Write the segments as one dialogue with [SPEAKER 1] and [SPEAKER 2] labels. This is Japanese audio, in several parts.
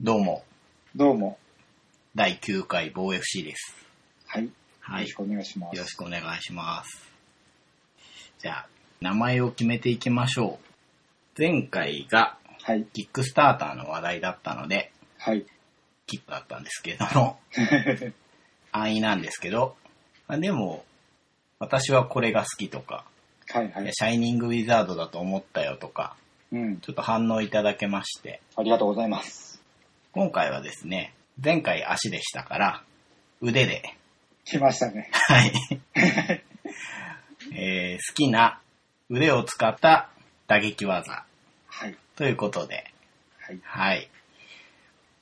[SPEAKER 1] どうも、
[SPEAKER 2] どうも。
[SPEAKER 1] 第9回防 FC です。
[SPEAKER 2] はい。よ
[SPEAKER 1] は
[SPEAKER 2] ろ
[SPEAKER 1] い。
[SPEAKER 2] し
[SPEAKER 1] よ
[SPEAKER 2] くお願いします。
[SPEAKER 1] ろしくお願いします。じゃあ、名前を決めていきましょう。前回が
[SPEAKER 2] はい。
[SPEAKER 1] キックスターターの話題だったので、
[SPEAKER 2] はい。
[SPEAKER 1] キックだったんですけども、安易なんですけど、まあでも、私はこれが好きとか、
[SPEAKER 2] はいはい
[SPEAKER 1] や
[SPEAKER 2] い。
[SPEAKER 1] シャイニングウィザードだと思ったよとか、
[SPEAKER 2] うん。
[SPEAKER 1] ちょっと反応いただけまして、
[SPEAKER 2] ありがとうございます。
[SPEAKER 1] 今回はですね、前回足でしたから、腕で
[SPEAKER 2] 来ましたね。
[SPEAKER 1] はい。 えー好きな腕を使った打撃技
[SPEAKER 2] はい。
[SPEAKER 1] ということで、
[SPEAKER 2] はい。
[SPEAKER 1] はい。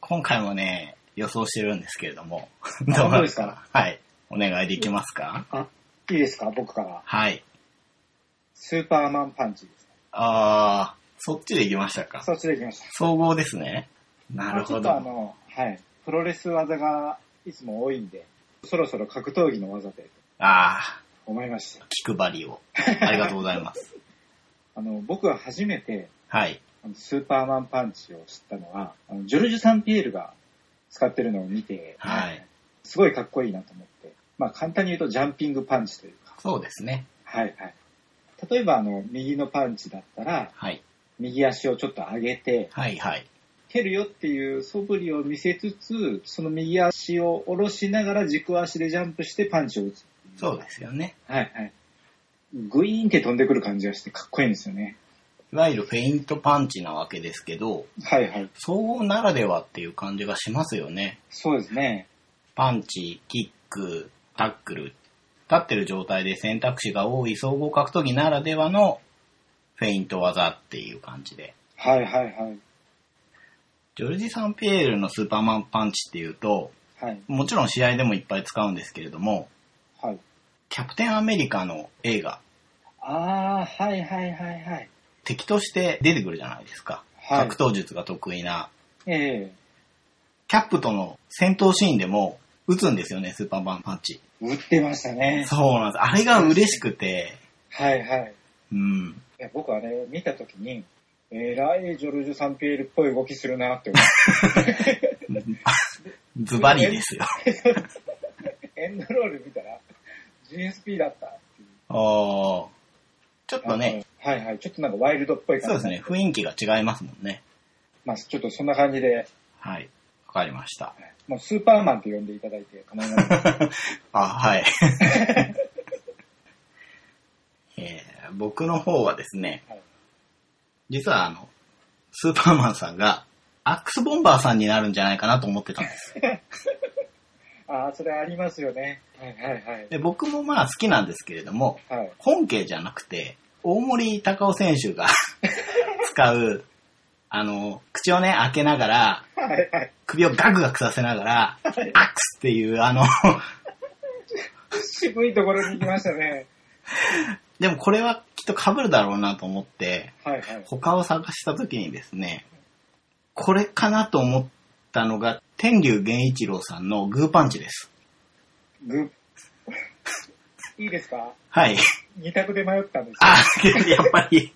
[SPEAKER 1] 今回もね、予想してるんですけれども、
[SPEAKER 2] あ
[SPEAKER 1] どう
[SPEAKER 2] 本当
[SPEAKER 1] な
[SPEAKER 2] で
[SPEAKER 1] る
[SPEAKER 2] す
[SPEAKER 1] か
[SPEAKER 2] か
[SPEAKER 1] はい。お願いできますか
[SPEAKER 2] あ、いいですか僕から。
[SPEAKER 1] はい。
[SPEAKER 2] スーパーマンパンチです。
[SPEAKER 1] あー、そっちで行きましたか。
[SPEAKER 2] そっちで来ました。
[SPEAKER 1] 総合ですね。なるほ
[SPEAKER 2] まあちょっと
[SPEAKER 1] ど。
[SPEAKER 2] あの、はい。プロレス技がいつも多いんで、そろそろ格闘技の技でと
[SPEAKER 1] あ
[SPEAKER 2] 思いました。
[SPEAKER 1] ー、気配りを。ありがとうございます。
[SPEAKER 2] あの、僕は初めて、
[SPEAKER 1] はい。
[SPEAKER 2] あのスーパーマンパンチを知ったのは、あのジョルジュ・サンピエールが使ってるのを見て、
[SPEAKER 1] はい。
[SPEAKER 2] すごいかっこいいなと思って、まあ簡単に言うとジャンピングパンチというか、
[SPEAKER 1] そうですね。
[SPEAKER 2] はいはい。例えば、あの、右のパンチだったら、
[SPEAKER 1] はい。
[SPEAKER 2] 右足をちょっと上げて、
[SPEAKER 1] はいはい。
[SPEAKER 2] 蹴るよっていう素振りを見せつつ、その右足を下ろしながら軸足でジャンプしてパンチを打つ。
[SPEAKER 1] そうですよね。
[SPEAKER 2] はいはい。グイーンって飛んでくる感じがしてかっこいいんですよね。
[SPEAKER 1] いわゆるフェイントパンチなわけですけど、
[SPEAKER 2] はいはい。
[SPEAKER 1] 総合ならではっていう感じがしますよね。
[SPEAKER 2] そうですね。
[SPEAKER 1] パンチ、キック、タックル。立ってる状態で選択肢が多い総合格闘技ならではのフェイント技っていう感じで。
[SPEAKER 2] はいはいはい。
[SPEAKER 1] ジョルジ・サンピエールのスーパーマンパンチっていうと、
[SPEAKER 2] はい
[SPEAKER 1] もちろん試合でもいっぱい使うんですけれども、
[SPEAKER 2] はい。
[SPEAKER 1] キャプテンアメリカの映画、
[SPEAKER 2] あー、はいはいはいはい。
[SPEAKER 1] 敵として出てくるじゃないですか。
[SPEAKER 2] はい
[SPEAKER 1] 格闘術が得意な。
[SPEAKER 2] え
[SPEAKER 1] キャップとの戦闘シーンでも打つんですよね、スーパーマンパンチ。
[SPEAKER 2] え打ってましたね。
[SPEAKER 1] そうなんです。あれが嬉しくて、
[SPEAKER 2] はいはい。
[SPEAKER 1] うん。
[SPEAKER 2] いや僕あれ見たときに、えらいジョルジュ・サンピエールっぽい動きするなって思っ
[SPEAKER 1] ズバリですよ。
[SPEAKER 2] て、エンドロール見たら、GSP だったっていう。
[SPEAKER 1] あーちょっとね、
[SPEAKER 2] あの。はいはい。ちょっとなんかワイルドっぽい
[SPEAKER 1] そう
[SPEAKER 2] 感
[SPEAKER 1] で
[SPEAKER 2] じ。
[SPEAKER 1] すね、雰囲気が違いますもんね。
[SPEAKER 2] まあちょっとそんな感じで、
[SPEAKER 1] はい。わかりました。
[SPEAKER 2] もうスーパーマンって呼んでいただいて構い ません。
[SPEAKER 1] あ、はい。 えー僕の方はですね
[SPEAKER 2] はい、
[SPEAKER 1] 実はあの、スーパーマンさんが、アックスボンバーさんになるんじゃないかなと思ってたんです。
[SPEAKER 2] ああ、それありますよね。はいはいはい。
[SPEAKER 1] で僕もまあ好きなんですけれども、
[SPEAKER 2] はい。
[SPEAKER 1] 本家じゃなくて、大森隆夫選手が 使う、あの、口をね、開けながら、
[SPEAKER 2] はいはい。
[SPEAKER 1] 首をガクガクさせながら、アックスっていう、あの、
[SPEAKER 2] 渋いところに行きましたね。
[SPEAKER 1] でもこれはきっと被るだろうなと思って、
[SPEAKER 2] はいはい。
[SPEAKER 1] 他を探した時にですね、これかなと思ったのが、天竜源一郎さんのグーパンチです。
[SPEAKER 2] グッ。いいですか
[SPEAKER 1] はい。
[SPEAKER 2] 二択で迷ったんですよ
[SPEAKER 1] あ、やっぱり。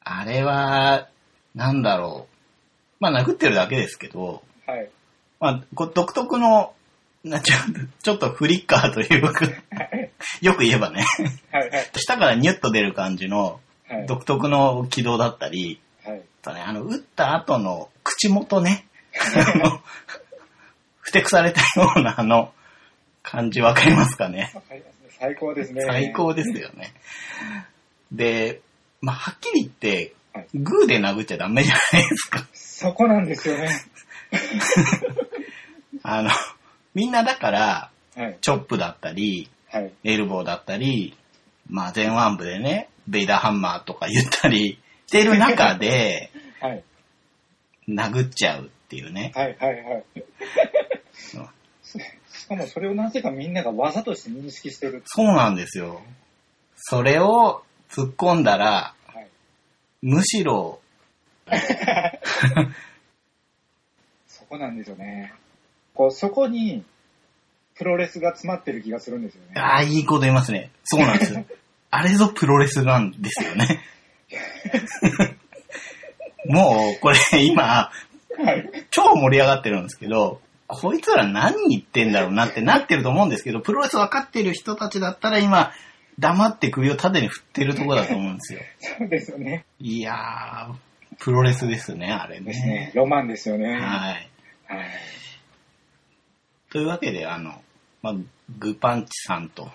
[SPEAKER 1] あれは、なんだろう。まあ、殴ってるだけですけど、
[SPEAKER 2] はい。
[SPEAKER 1] まあ、こ独特の、なちょちょっとフリッカーというか、 よく言えばね、
[SPEAKER 2] はいはい。
[SPEAKER 1] 下からニュッと出る感じの
[SPEAKER 2] はい。
[SPEAKER 1] 独特の軌道だったり、
[SPEAKER 2] はい。
[SPEAKER 1] あとね、あの、打った後の口元ね、あのふてくされたようなあの感じわかりますかね。
[SPEAKER 2] わかりますね。最高ですね。
[SPEAKER 1] 最。高ですよね。 で、まあ、はっきり言って
[SPEAKER 2] はい、
[SPEAKER 1] グーで殴っちゃダメじゃないですか。
[SPEAKER 2] そこなんですよね。
[SPEAKER 1] あの、みんなだから、
[SPEAKER 2] はい。
[SPEAKER 1] チョップだったり、
[SPEAKER 2] はい。
[SPEAKER 1] エルボーだったり、まあ、前腕部でね、ベイダーハンマーとか言ったりしてる中で、
[SPEAKER 2] はい。
[SPEAKER 1] 殴っちゃうっていうね。
[SPEAKER 2] はい。はい。はい。しかもそれをなぜかみんなが技として認識してる。
[SPEAKER 1] そうなんですよ。それを突っ込んだら、
[SPEAKER 2] はい。
[SPEAKER 1] むしろ、
[SPEAKER 2] そこなんですよね。こう、そこに、プロレスが詰まってる気がするんですよね。
[SPEAKER 1] ああ、いいこと言いますね。そう なんですよ。あれぞプロレスなんですよね。もう、これ今、
[SPEAKER 2] はい。
[SPEAKER 1] 超盛り上がってるんですけど、こいつら何言ってんだろうなってなってると思うんですけど、プロレス分かってる人たちだったら今、黙って首を縦に振ってるところだと思うんですよ。
[SPEAKER 2] そうですよね。
[SPEAKER 1] いやー、プロレスですね、あれ
[SPEAKER 2] ですね
[SPEAKER 1] ね。。
[SPEAKER 2] ロマンですよね。は
[SPEAKER 1] はい。
[SPEAKER 2] い。
[SPEAKER 1] というわけで、あの、まあ、グーパンチさんと、
[SPEAKER 2] わ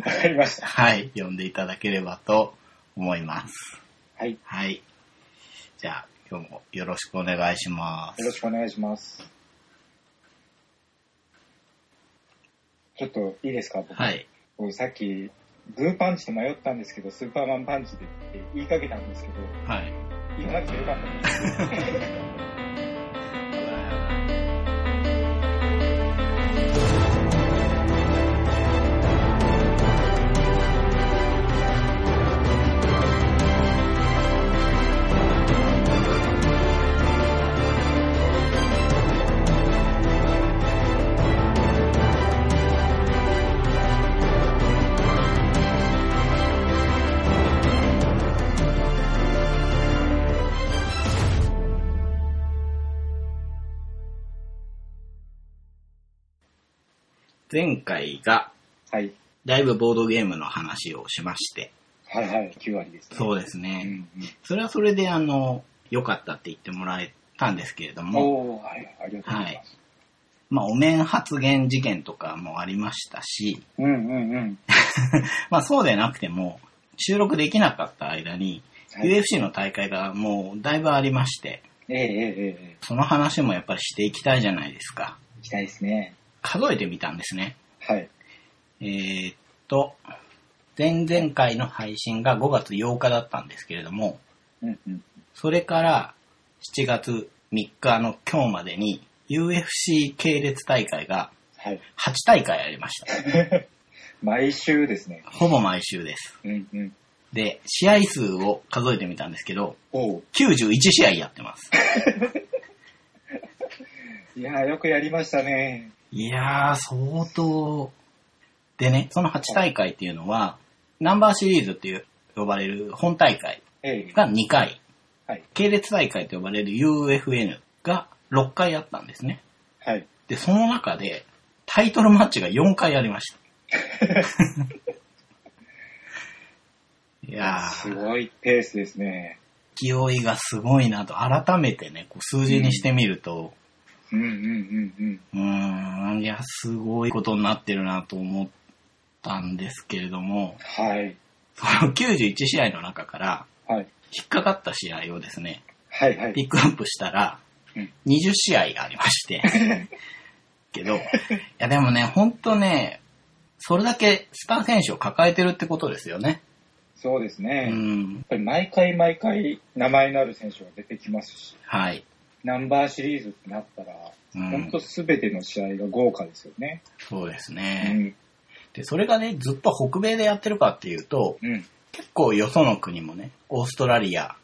[SPEAKER 2] かりました。
[SPEAKER 1] はい、呼んでいただければと思います。
[SPEAKER 2] はい。
[SPEAKER 1] はい。じゃあ、今日もよろしくお願いします
[SPEAKER 2] よろ。しくお願いします。ちょっといいですか、僕。
[SPEAKER 1] はい。
[SPEAKER 2] 僕さっき、グーパンチと迷ったんですけど、スーパーマンパンチでって言いかけたんですけど、
[SPEAKER 1] はい。
[SPEAKER 2] 言わなくてよかったです。
[SPEAKER 1] 前回が、
[SPEAKER 2] はい。
[SPEAKER 1] だいぶボードゲームの話をしまして、
[SPEAKER 2] はいはい、9割です、ね。
[SPEAKER 1] そうです
[SPEAKER 2] うん
[SPEAKER 1] ね。
[SPEAKER 2] うん
[SPEAKER 1] それはそれで、あの、良かったって言ってもらえたんですけれども、
[SPEAKER 2] おーはい、ありがとうございます。
[SPEAKER 1] まあ、お面発言事件とかもありましたし、
[SPEAKER 2] うんうんうん。
[SPEAKER 1] まあ、そうでなくても、収録できなかった間に、
[SPEAKER 2] はい
[SPEAKER 1] UFC の大会がもうだいぶありまして、
[SPEAKER 2] ええええええ
[SPEAKER 1] その話もやっぱりしていきたいじゃないですか。
[SPEAKER 2] え行きたいですね。
[SPEAKER 1] 数えてみたんですね。
[SPEAKER 2] はい。
[SPEAKER 1] えーっと、前々回の配信が5月8日だったんですけれども、
[SPEAKER 2] うんうん。
[SPEAKER 1] それから7月3日の今日までに UFC 系列大会が
[SPEAKER 2] はい。
[SPEAKER 1] 8大会ありました。
[SPEAKER 2] 毎週ですね。
[SPEAKER 1] ほぼ毎週です。
[SPEAKER 2] うんうん。
[SPEAKER 1] で、試合数を数えてみたんですけど、
[SPEAKER 2] おう
[SPEAKER 1] 91試合やってます。
[SPEAKER 2] いやー、よくやりましたね。
[SPEAKER 1] いやー、相当。でね、その8大会っていうのは、ナンバーシリーズっていう呼ばれる本大会
[SPEAKER 2] ええ
[SPEAKER 1] が2回、
[SPEAKER 2] はい。
[SPEAKER 1] 系列大会と呼ばれる UFN が6回あったんですね。
[SPEAKER 2] はい。
[SPEAKER 1] で、その中で、タイトルマッチが4回ありました。いや
[SPEAKER 2] す
[SPEAKER 1] ー、
[SPEAKER 2] ごいペースですね。
[SPEAKER 1] 勢いがすごいなと、改めてね、こう数字にしてみると、
[SPEAKER 2] うんうんうんうん。
[SPEAKER 1] うーん、いや、すごいことになってるなと思ったんですけれども、
[SPEAKER 2] はい。
[SPEAKER 1] そ の91試合の中から
[SPEAKER 2] はい。
[SPEAKER 1] 引っかかった試合をですね、
[SPEAKER 2] はいはい。
[SPEAKER 1] ピックアップしたら
[SPEAKER 2] うん、
[SPEAKER 1] 20試合ありまして、 けど、いやでもね、ほんとね、それだけスター選手を抱えてるってことですよね。
[SPEAKER 2] そうです
[SPEAKER 1] う
[SPEAKER 2] ね。やっ
[SPEAKER 1] ん。
[SPEAKER 2] ぱり毎回毎回名前のある選手が出てきますし、
[SPEAKER 1] はい。
[SPEAKER 2] ナンバーシリーズってなったら、
[SPEAKER 1] うん
[SPEAKER 2] ほんとすべての試合が豪華ですよね。
[SPEAKER 1] そうです
[SPEAKER 2] う
[SPEAKER 1] ね。
[SPEAKER 2] ん。
[SPEAKER 1] で、それがね、ずっと北米でやってるかっていうと、
[SPEAKER 2] うん。
[SPEAKER 1] 結構よその国もね、オーストラリア、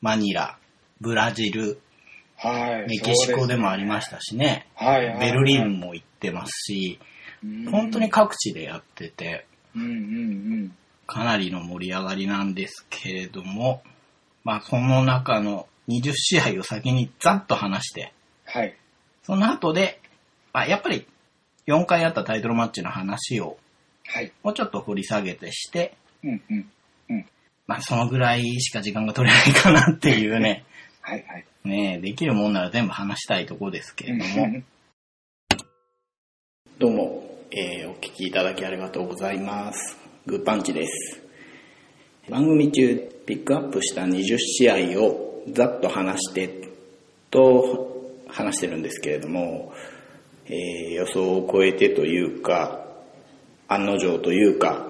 [SPEAKER 1] マニラ、ブラジル、
[SPEAKER 2] はい。
[SPEAKER 1] メキシコでもありま
[SPEAKER 2] し
[SPEAKER 1] したしね、
[SPEAKER 2] た。はいはい。
[SPEAKER 1] ベルリンも行ってますし、
[SPEAKER 2] うん
[SPEAKER 1] 本当に。各地でやってて、
[SPEAKER 2] うんうんうん。
[SPEAKER 1] かなりの盛り上がりなんですけれども、まあ、その中の20試合を先にざっと話して、
[SPEAKER 2] はい。
[SPEAKER 1] その後で、まあ、やっぱり4回あったタイトルマッチの話を
[SPEAKER 2] はい。
[SPEAKER 1] もうちょっと掘り下げてして、
[SPEAKER 2] うんうん。
[SPEAKER 1] まあ、そのぐらいしか時間が取れないかなっていうね、
[SPEAKER 2] はいはい。
[SPEAKER 1] ねえできるもんなら全部話したいとこですけれ
[SPEAKER 2] うん
[SPEAKER 1] ど
[SPEAKER 2] う
[SPEAKER 1] も、
[SPEAKER 2] ん
[SPEAKER 1] どうも、えーお聞きいただきありがとうございます。グーパンチです。番組中、ピックアップした20試合をざっと話して、と話してるんですけれども、えー予想を超えてというか、案の定というか、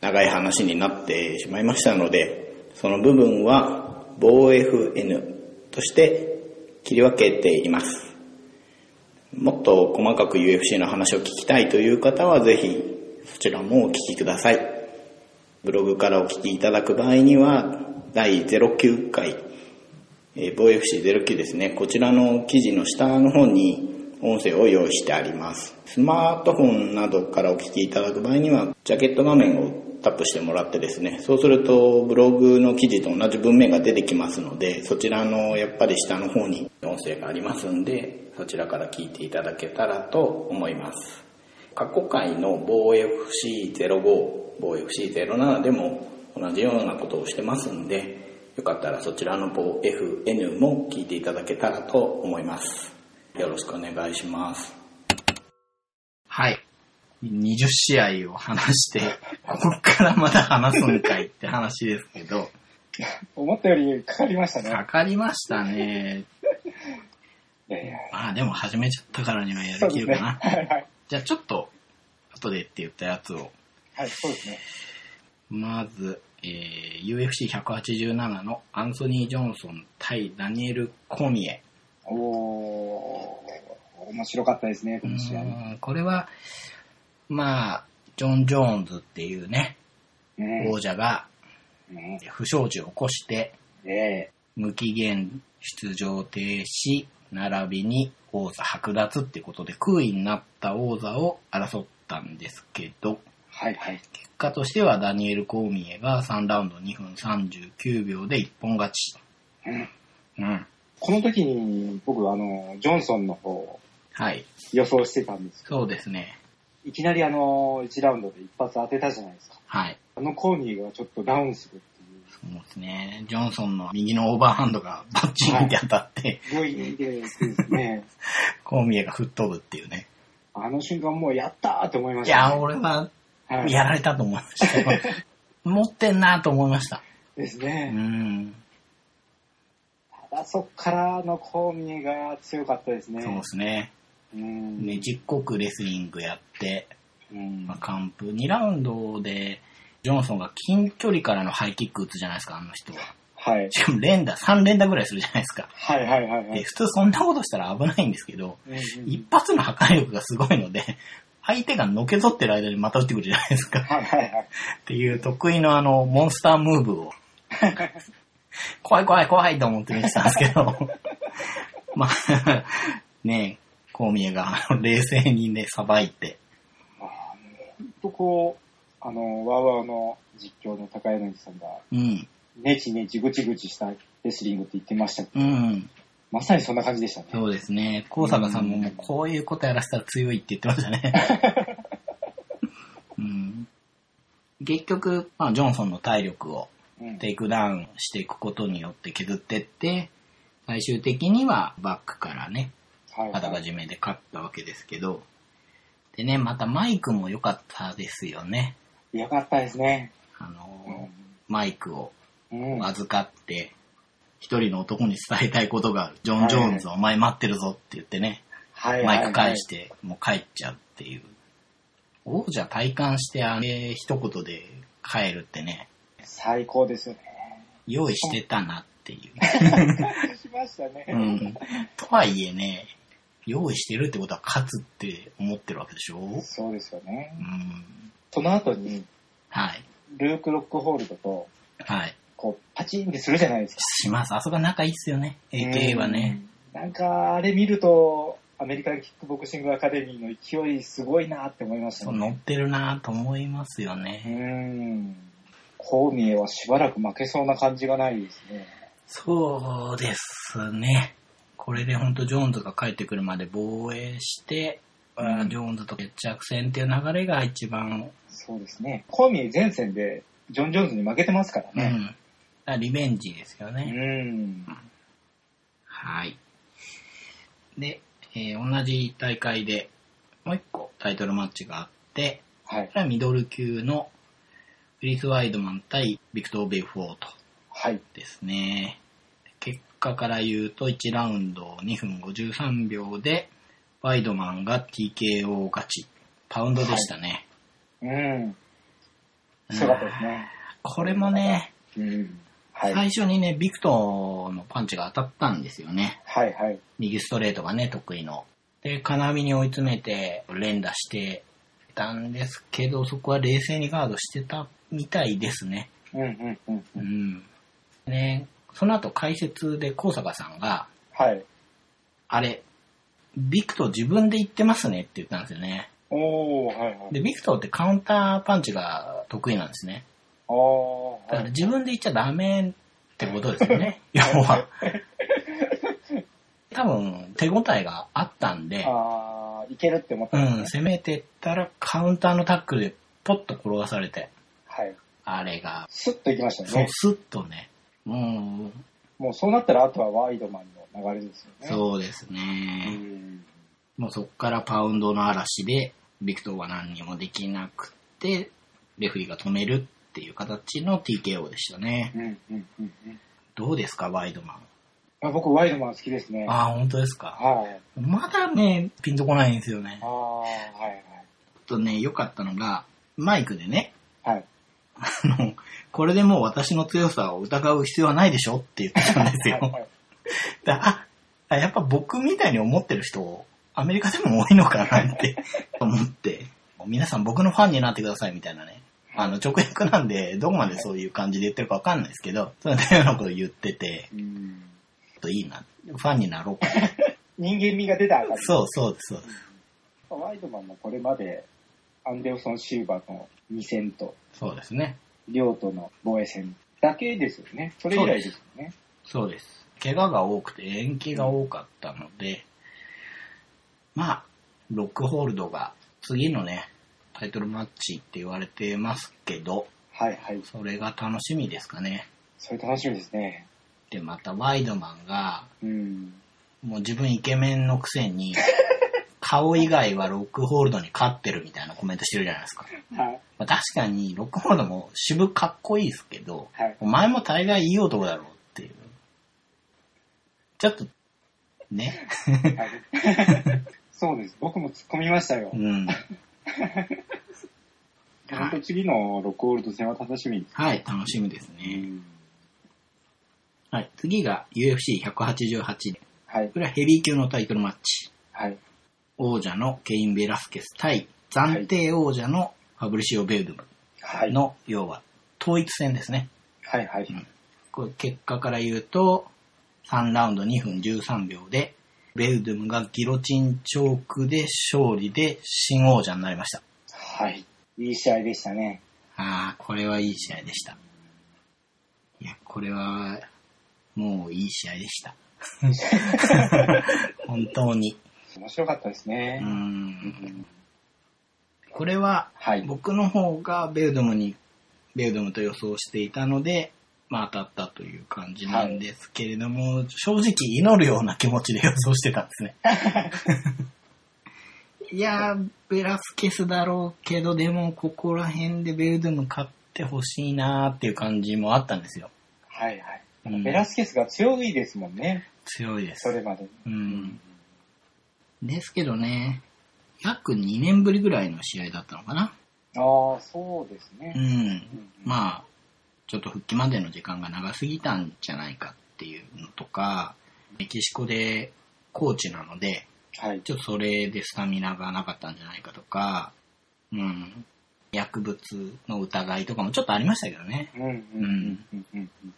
[SPEAKER 1] 長い話になってしまいましたので、その部分は、防 FN として切り分けています。もっと細かく UFC の話を聞きたいという方はぜひそちらもお聞きください。ブログからお聞きいただく場合には第09回、えー、防 FC09 ですね。こちらの記事の下の方に音声を用意してあります。スマートフォンなどからお聞きいただく場合にはジャケット画面を
[SPEAKER 3] タップしてもらってですね、そうするとブログの記事と同じ文面が出てきますので、そちらのやっぱり下の方に音声がありますんで、そちらから聞いていただけたらと思います。過去回の防 FC05、防 FC07 でも同じようなことをしてますんで、よかったらそちらの防 FN も聞いていただけたらと思います。よろしくお願いします。
[SPEAKER 1] はい。20試合を話 して、ここからまた話すんかいって話ですけど、
[SPEAKER 2] 思ったよりかかりました
[SPEAKER 1] か
[SPEAKER 2] ね。
[SPEAKER 1] かりましたね。
[SPEAKER 2] いやいや
[SPEAKER 1] まあでも始めちゃったからにはや
[SPEAKER 2] そう
[SPEAKER 1] りき
[SPEAKER 2] です
[SPEAKER 1] る
[SPEAKER 2] ね。
[SPEAKER 1] かな。
[SPEAKER 2] はいはい。
[SPEAKER 1] じゃあちょっと、後でって言ったやつを、
[SPEAKER 2] はい、そうですね。
[SPEAKER 1] まず、えー、UFC187 のアンソニー・ジョンソン対ダニエル・コニエ。
[SPEAKER 2] おおー面白かったですね、この試合。
[SPEAKER 1] うんこれは、まあ、ジョン・ジョーンズっていうね、
[SPEAKER 2] ね
[SPEAKER 1] 王者が
[SPEAKER 2] ね
[SPEAKER 1] 不祥事を起こして、
[SPEAKER 2] え
[SPEAKER 1] 無期限出場停止、並びに王座剥奪ってことで、空位になった王座を争ったんですけど、
[SPEAKER 2] はいはい。
[SPEAKER 1] 結果としてはダニエル・コーミエが3ラウンド2分39秒で一本勝ち。
[SPEAKER 2] うん
[SPEAKER 1] うん。
[SPEAKER 2] この時に僕、あの、ジョンソンの方を
[SPEAKER 1] はい。
[SPEAKER 2] 予想してたんですけ
[SPEAKER 1] そうですね。
[SPEAKER 2] ど、いきなりあの、1ラウンドで一発当てたじゃないですか。
[SPEAKER 1] はい。
[SPEAKER 2] あのコーニーがちょっとダウンするっ
[SPEAKER 1] そうですね。ジョンソンの右のオーバーハンドがバッチンって当たって、
[SPEAKER 2] ていう、V でです ね、
[SPEAKER 1] コーミエが吹っ飛ぶっていうね。
[SPEAKER 2] あの瞬間もうやったーって思いま
[SPEAKER 1] い
[SPEAKER 2] した、
[SPEAKER 1] や、
[SPEAKER 2] ね。
[SPEAKER 1] 俺は
[SPEAKER 2] はい、
[SPEAKER 1] やられたと思いましたよ。 持ってんなと思いました。
[SPEAKER 2] です
[SPEAKER 1] う
[SPEAKER 2] ね。
[SPEAKER 1] ん。
[SPEAKER 2] ただそっからのコーミーが強かったですね。
[SPEAKER 1] そうですね。
[SPEAKER 2] うん。
[SPEAKER 1] ね、ちっこくレスリングやって、
[SPEAKER 2] うん
[SPEAKER 1] まあ、完封2ラウンドで、ジョンソンが近距離からのハイキック打つじゃないですか、あの人は。
[SPEAKER 2] はい。
[SPEAKER 1] しかも連打、3連打ぐらいするじゃないですか。
[SPEAKER 2] はいはいはいは
[SPEAKER 1] で、
[SPEAKER 2] い。
[SPEAKER 1] 普通そんなことしたら危ないんですけど、
[SPEAKER 2] うんうん
[SPEAKER 1] 一発の破壊力がすごいので、相手がのけぞってる間にまた打ってくるじゃないですか。
[SPEAKER 2] はいはいはい。
[SPEAKER 1] っていう得意のあの、モンスタームー ブを、怖い怖い怖いと思って見てたんですけど、まあ、ねえ、コーミエがあの冷静にね、さばいて、
[SPEAKER 2] あーほんとこう、あの、ワーワーの実況の高柳さんが、
[SPEAKER 1] うん、
[SPEAKER 2] ねちねちぐちぐちしたレスリングって言ってましたけど、
[SPEAKER 1] うん、
[SPEAKER 2] まさにそんな感じでしたね。
[SPEAKER 1] そうですね。高坂さんももうこういうことやらせたら強いって言ってましたね。 うん、結局、まあ、ジョンソンの体力を
[SPEAKER 2] うん
[SPEAKER 1] テイクダウンしていくことによって削ってって、最終的にはバックからね、
[SPEAKER 2] はいはい
[SPEAKER 1] 肩が締めで勝ったわけですけど、でね、またマイクも良かったですよね。
[SPEAKER 2] よかったですね。
[SPEAKER 1] あ
[SPEAKER 2] う
[SPEAKER 1] の、
[SPEAKER 2] ん
[SPEAKER 1] マイクを
[SPEAKER 2] うん。
[SPEAKER 1] 預かって、一人の男に伝えたいことがある。ジョン・ジョーンズ、お前待ってるぞって言ってね、
[SPEAKER 2] はい
[SPEAKER 1] マイク返して、もう帰っちゃうっていう。王者体感してあれ一言で帰るってね、
[SPEAKER 2] 最高ですよね。
[SPEAKER 1] 用意してたなっていう。
[SPEAKER 2] しましたね。
[SPEAKER 1] うん。とはいえね、用意してるってことは勝つって思ってるわけでしょう
[SPEAKER 2] そうですよね。
[SPEAKER 1] ん。
[SPEAKER 2] その後に、
[SPEAKER 1] はい。
[SPEAKER 2] ルーク・ロックホールドと、
[SPEAKER 1] はい。
[SPEAKER 2] こう、パチンってするじゃないですか。
[SPEAKER 1] します。あそこ仲いいっすよね。AK はね。
[SPEAKER 2] うん。なんか、あれ見ると、アメリカンキックボクシングアカデミーの勢いすごいなって思いました
[SPEAKER 1] そう
[SPEAKER 2] ね。
[SPEAKER 1] 乗ってるなと思いますよ
[SPEAKER 2] う
[SPEAKER 1] ね。
[SPEAKER 2] ん。こう見えはしばらく負けそうな感じがないですね。
[SPEAKER 1] そうですね。これでほんとジョーンズが帰ってくるまで防衛して、
[SPEAKER 2] うん
[SPEAKER 1] あージョーンズと決着戦っていう流れが一番、
[SPEAKER 2] そうですね。こう見え前線で、ジョン・ジョーンズに負けてますから
[SPEAKER 1] うん。
[SPEAKER 2] ね。
[SPEAKER 1] だからリベンジですよ
[SPEAKER 2] う
[SPEAKER 1] ね。
[SPEAKER 2] ん。
[SPEAKER 1] はい。で、えー同じ大会でもう一個タイトルマッチがあって、
[SPEAKER 2] はい
[SPEAKER 1] こ。れはミドル級のフリス・ワイドマン対ビクトー・ベイフォート
[SPEAKER 2] はい。
[SPEAKER 1] ですね。結果から言うと1ラウンド2分53秒でワイドマンが TKO 勝ち。パウンドでしたね。
[SPEAKER 2] うん。強かったですね。
[SPEAKER 1] これもね、
[SPEAKER 2] うん。はい。は
[SPEAKER 1] 最
[SPEAKER 2] い
[SPEAKER 1] 初にね、ビクトーのパンチが当たったんですよね。
[SPEAKER 2] はい。
[SPEAKER 1] 右ストレートがね、得意の。で、金網に追い詰めて、連打してたんですけど、そこは冷静にガードしてたみたいですね。
[SPEAKER 2] うんうんうんう。
[SPEAKER 1] うんん。ね、その後解説で高坂さんが、
[SPEAKER 2] はい。
[SPEAKER 1] あれ、ビクト自分で言ってますねって言ったんですよね。
[SPEAKER 2] おー、はいはい。
[SPEAKER 1] で、ビクトルってカウンターパンチが得意なんですね。
[SPEAKER 2] あー、
[SPEAKER 1] だか
[SPEAKER 2] は
[SPEAKER 1] ら
[SPEAKER 2] い。
[SPEAKER 1] 自分で言っちゃダメってことですよ ね。要は。 多分、手応えがあったんで、
[SPEAKER 2] あー、いけるって思っ
[SPEAKER 1] う
[SPEAKER 2] たん
[SPEAKER 1] ん、
[SPEAKER 2] です
[SPEAKER 1] 攻
[SPEAKER 2] ね。
[SPEAKER 1] めてったらカウンターのタックルでポッと転がされて、
[SPEAKER 2] はい。
[SPEAKER 1] あれが、
[SPEAKER 2] スッといきました
[SPEAKER 1] そう
[SPEAKER 2] ね、。
[SPEAKER 1] スッとね。うん、
[SPEAKER 2] もうそうなったら、あとはワイドマンの流れですよね。
[SPEAKER 1] そうです
[SPEAKER 2] う
[SPEAKER 1] ね。
[SPEAKER 2] ん。
[SPEAKER 1] もうそっからパウンドの嵐で、ビクトルは何にもできなくて、レフリーが止めるっていう形の TKO でしたね
[SPEAKER 2] う。ん、うん、うん。うん
[SPEAKER 1] どうですか、ワイドマン。
[SPEAKER 2] あ僕、ワイドマン好きですね。
[SPEAKER 1] ああ、本当ですか。
[SPEAKER 2] はい。
[SPEAKER 1] まだね、ピンとこないんですよね
[SPEAKER 2] あ。あ、はい
[SPEAKER 1] ちょっとね、良かったのが、マイクでね、
[SPEAKER 2] はい。はい。
[SPEAKER 1] あの、これでもう私の強さを疑う必要はないでしょって言ってたんです
[SPEAKER 2] はい
[SPEAKER 1] よ。
[SPEAKER 2] はい
[SPEAKER 1] だあ、やっぱ僕みたいに思ってる人、アメリカでも多いのかなって 思って、皆さん僕のファンになってくださいみたいなね。あの、直訳なんで、どこまでそういう感じで言ってるかわかんないですけど、そういうようなことを言ってて、
[SPEAKER 2] うん
[SPEAKER 1] ちょっといいな、ファンになろうかな。
[SPEAKER 2] 人間味が出たあたり。
[SPEAKER 1] そうそうです、そうです。
[SPEAKER 2] ワイドマンもこれまで、アンデルソン・シーバーの2戦と、
[SPEAKER 1] そうですね。
[SPEAKER 2] 両との防衛戦だけですよね。それ以来ですよね。
[SPEAKER 1] そうです。怪我が多くて延期が多かったので、まあ、ロックホールドが次のね、タイトルマッチって言われてますけど、
[SPEAKER 2] はいはい。
[SPEAKER 1] それが楽しみですかね。
[SPEAKER 2] それ楽しみですね。
[SPEAKER 1] で、またワイドマンが、
[SPEAKER 2] うん。
[SPEAKER 1] もう自分イケメンのくせに、顔以外はロックホールドに勝ってるみたいなコメントしてるじゃないですか。
[SPEAKER 2] はい。
[SPEAKER 1] まあ、確かにロックホールドも渋かっこいいですけど、
[SPEAKER 2] はい。
[SPEAKER 1] お前も大概いい男だろうっていう。ちょっと、ね。
[SPEAKER 2] はい そうです。僕も突っ込みましたよ
[SPEAKER 1] う。ん。
[SPEAKER 2] 本当次のロックオールド戦は楽しみです。
[SPEAKER 1] はい、楽しみです
[SPEAKER 2] う
[SPEAKER 1] ね。
[SPEAKER 2] ん。
[SPEAKER 1] はい、次が UFC188。
[SPEAKER 2] はい
[SPEAKER 1] こ。れはヘビー級のタイトルマッチ。
[SPEAKER 2] はい。
[SPEAKER 1] 王者のケイン・ベラスケス対暫定王者のファブリシオ・ベウド
[SPEAKER 2] は
[SPEAKER 1] ム
[SPEAKER 2] い。
[SPEAKER 1] の、要は統一戦ですね。
[SPEAKER 2] はいはい。
[SPEAKER 1] これ結果から言うと、3ラウンド2分13秒で、ベウドムがギロチンチョークで勝利で新王者になりました。
[SPEAKER 2] はい。いい試合でしたね。
[SPEAKER 1] ああ、これはいい試合でした。いや、これは、もういい試合で した。本当に。
[SPEAKER 2] 面白かったです
[SPEAKER 1] う
[SPEAKER 2] ね。
[SPEAKER 1] ーん。これは、
[SPEAKER 2] はい。
[SPEAKER 1] 僕の方がベルドムに、ベルドムと予想していたので、まあ当たったという感じなんですけれども、正直祈るような気持ちで予想してたんですね。 いやー、ベラスケスだろうけど、でもここら辺でベルドム勝ってほしいなーっていう感じもあったんですよ。
[SPEAKER 2] はいはい。
[SPEAKER 1] うん
[SPEAKER 2] ベラスケスが強いですもんね、
[SPEAKER 1] 強いで
[SPEAKER 2] そ
[SPEAKER 1] す。
[SPEAKER 2] れまで。
[SPEAKER 1] うん。ですけどね、約2年ぶりぐらいの試合だったのかな。
[SPEAKER 2] ああ、そうです
[SPEAKER 1] う
[SPEAKER 2] ね。
[SPEAKER 1] ん。
[SPEAKER 2] あ、
[SPEAKER 1] まあ、ちょっと復帰までの時間が長すぎたんじゃないかっていうのとか、メキシコでコーチなので、
[SPEAKER 2] はい。
[SPEAKER 1] ちょっとそれでスタミナがなかったんじゃないかとか、うん、薬物の疑いとかもちょっとありましたけどね。
[SPEAKER 2] うんうんうんうんうん。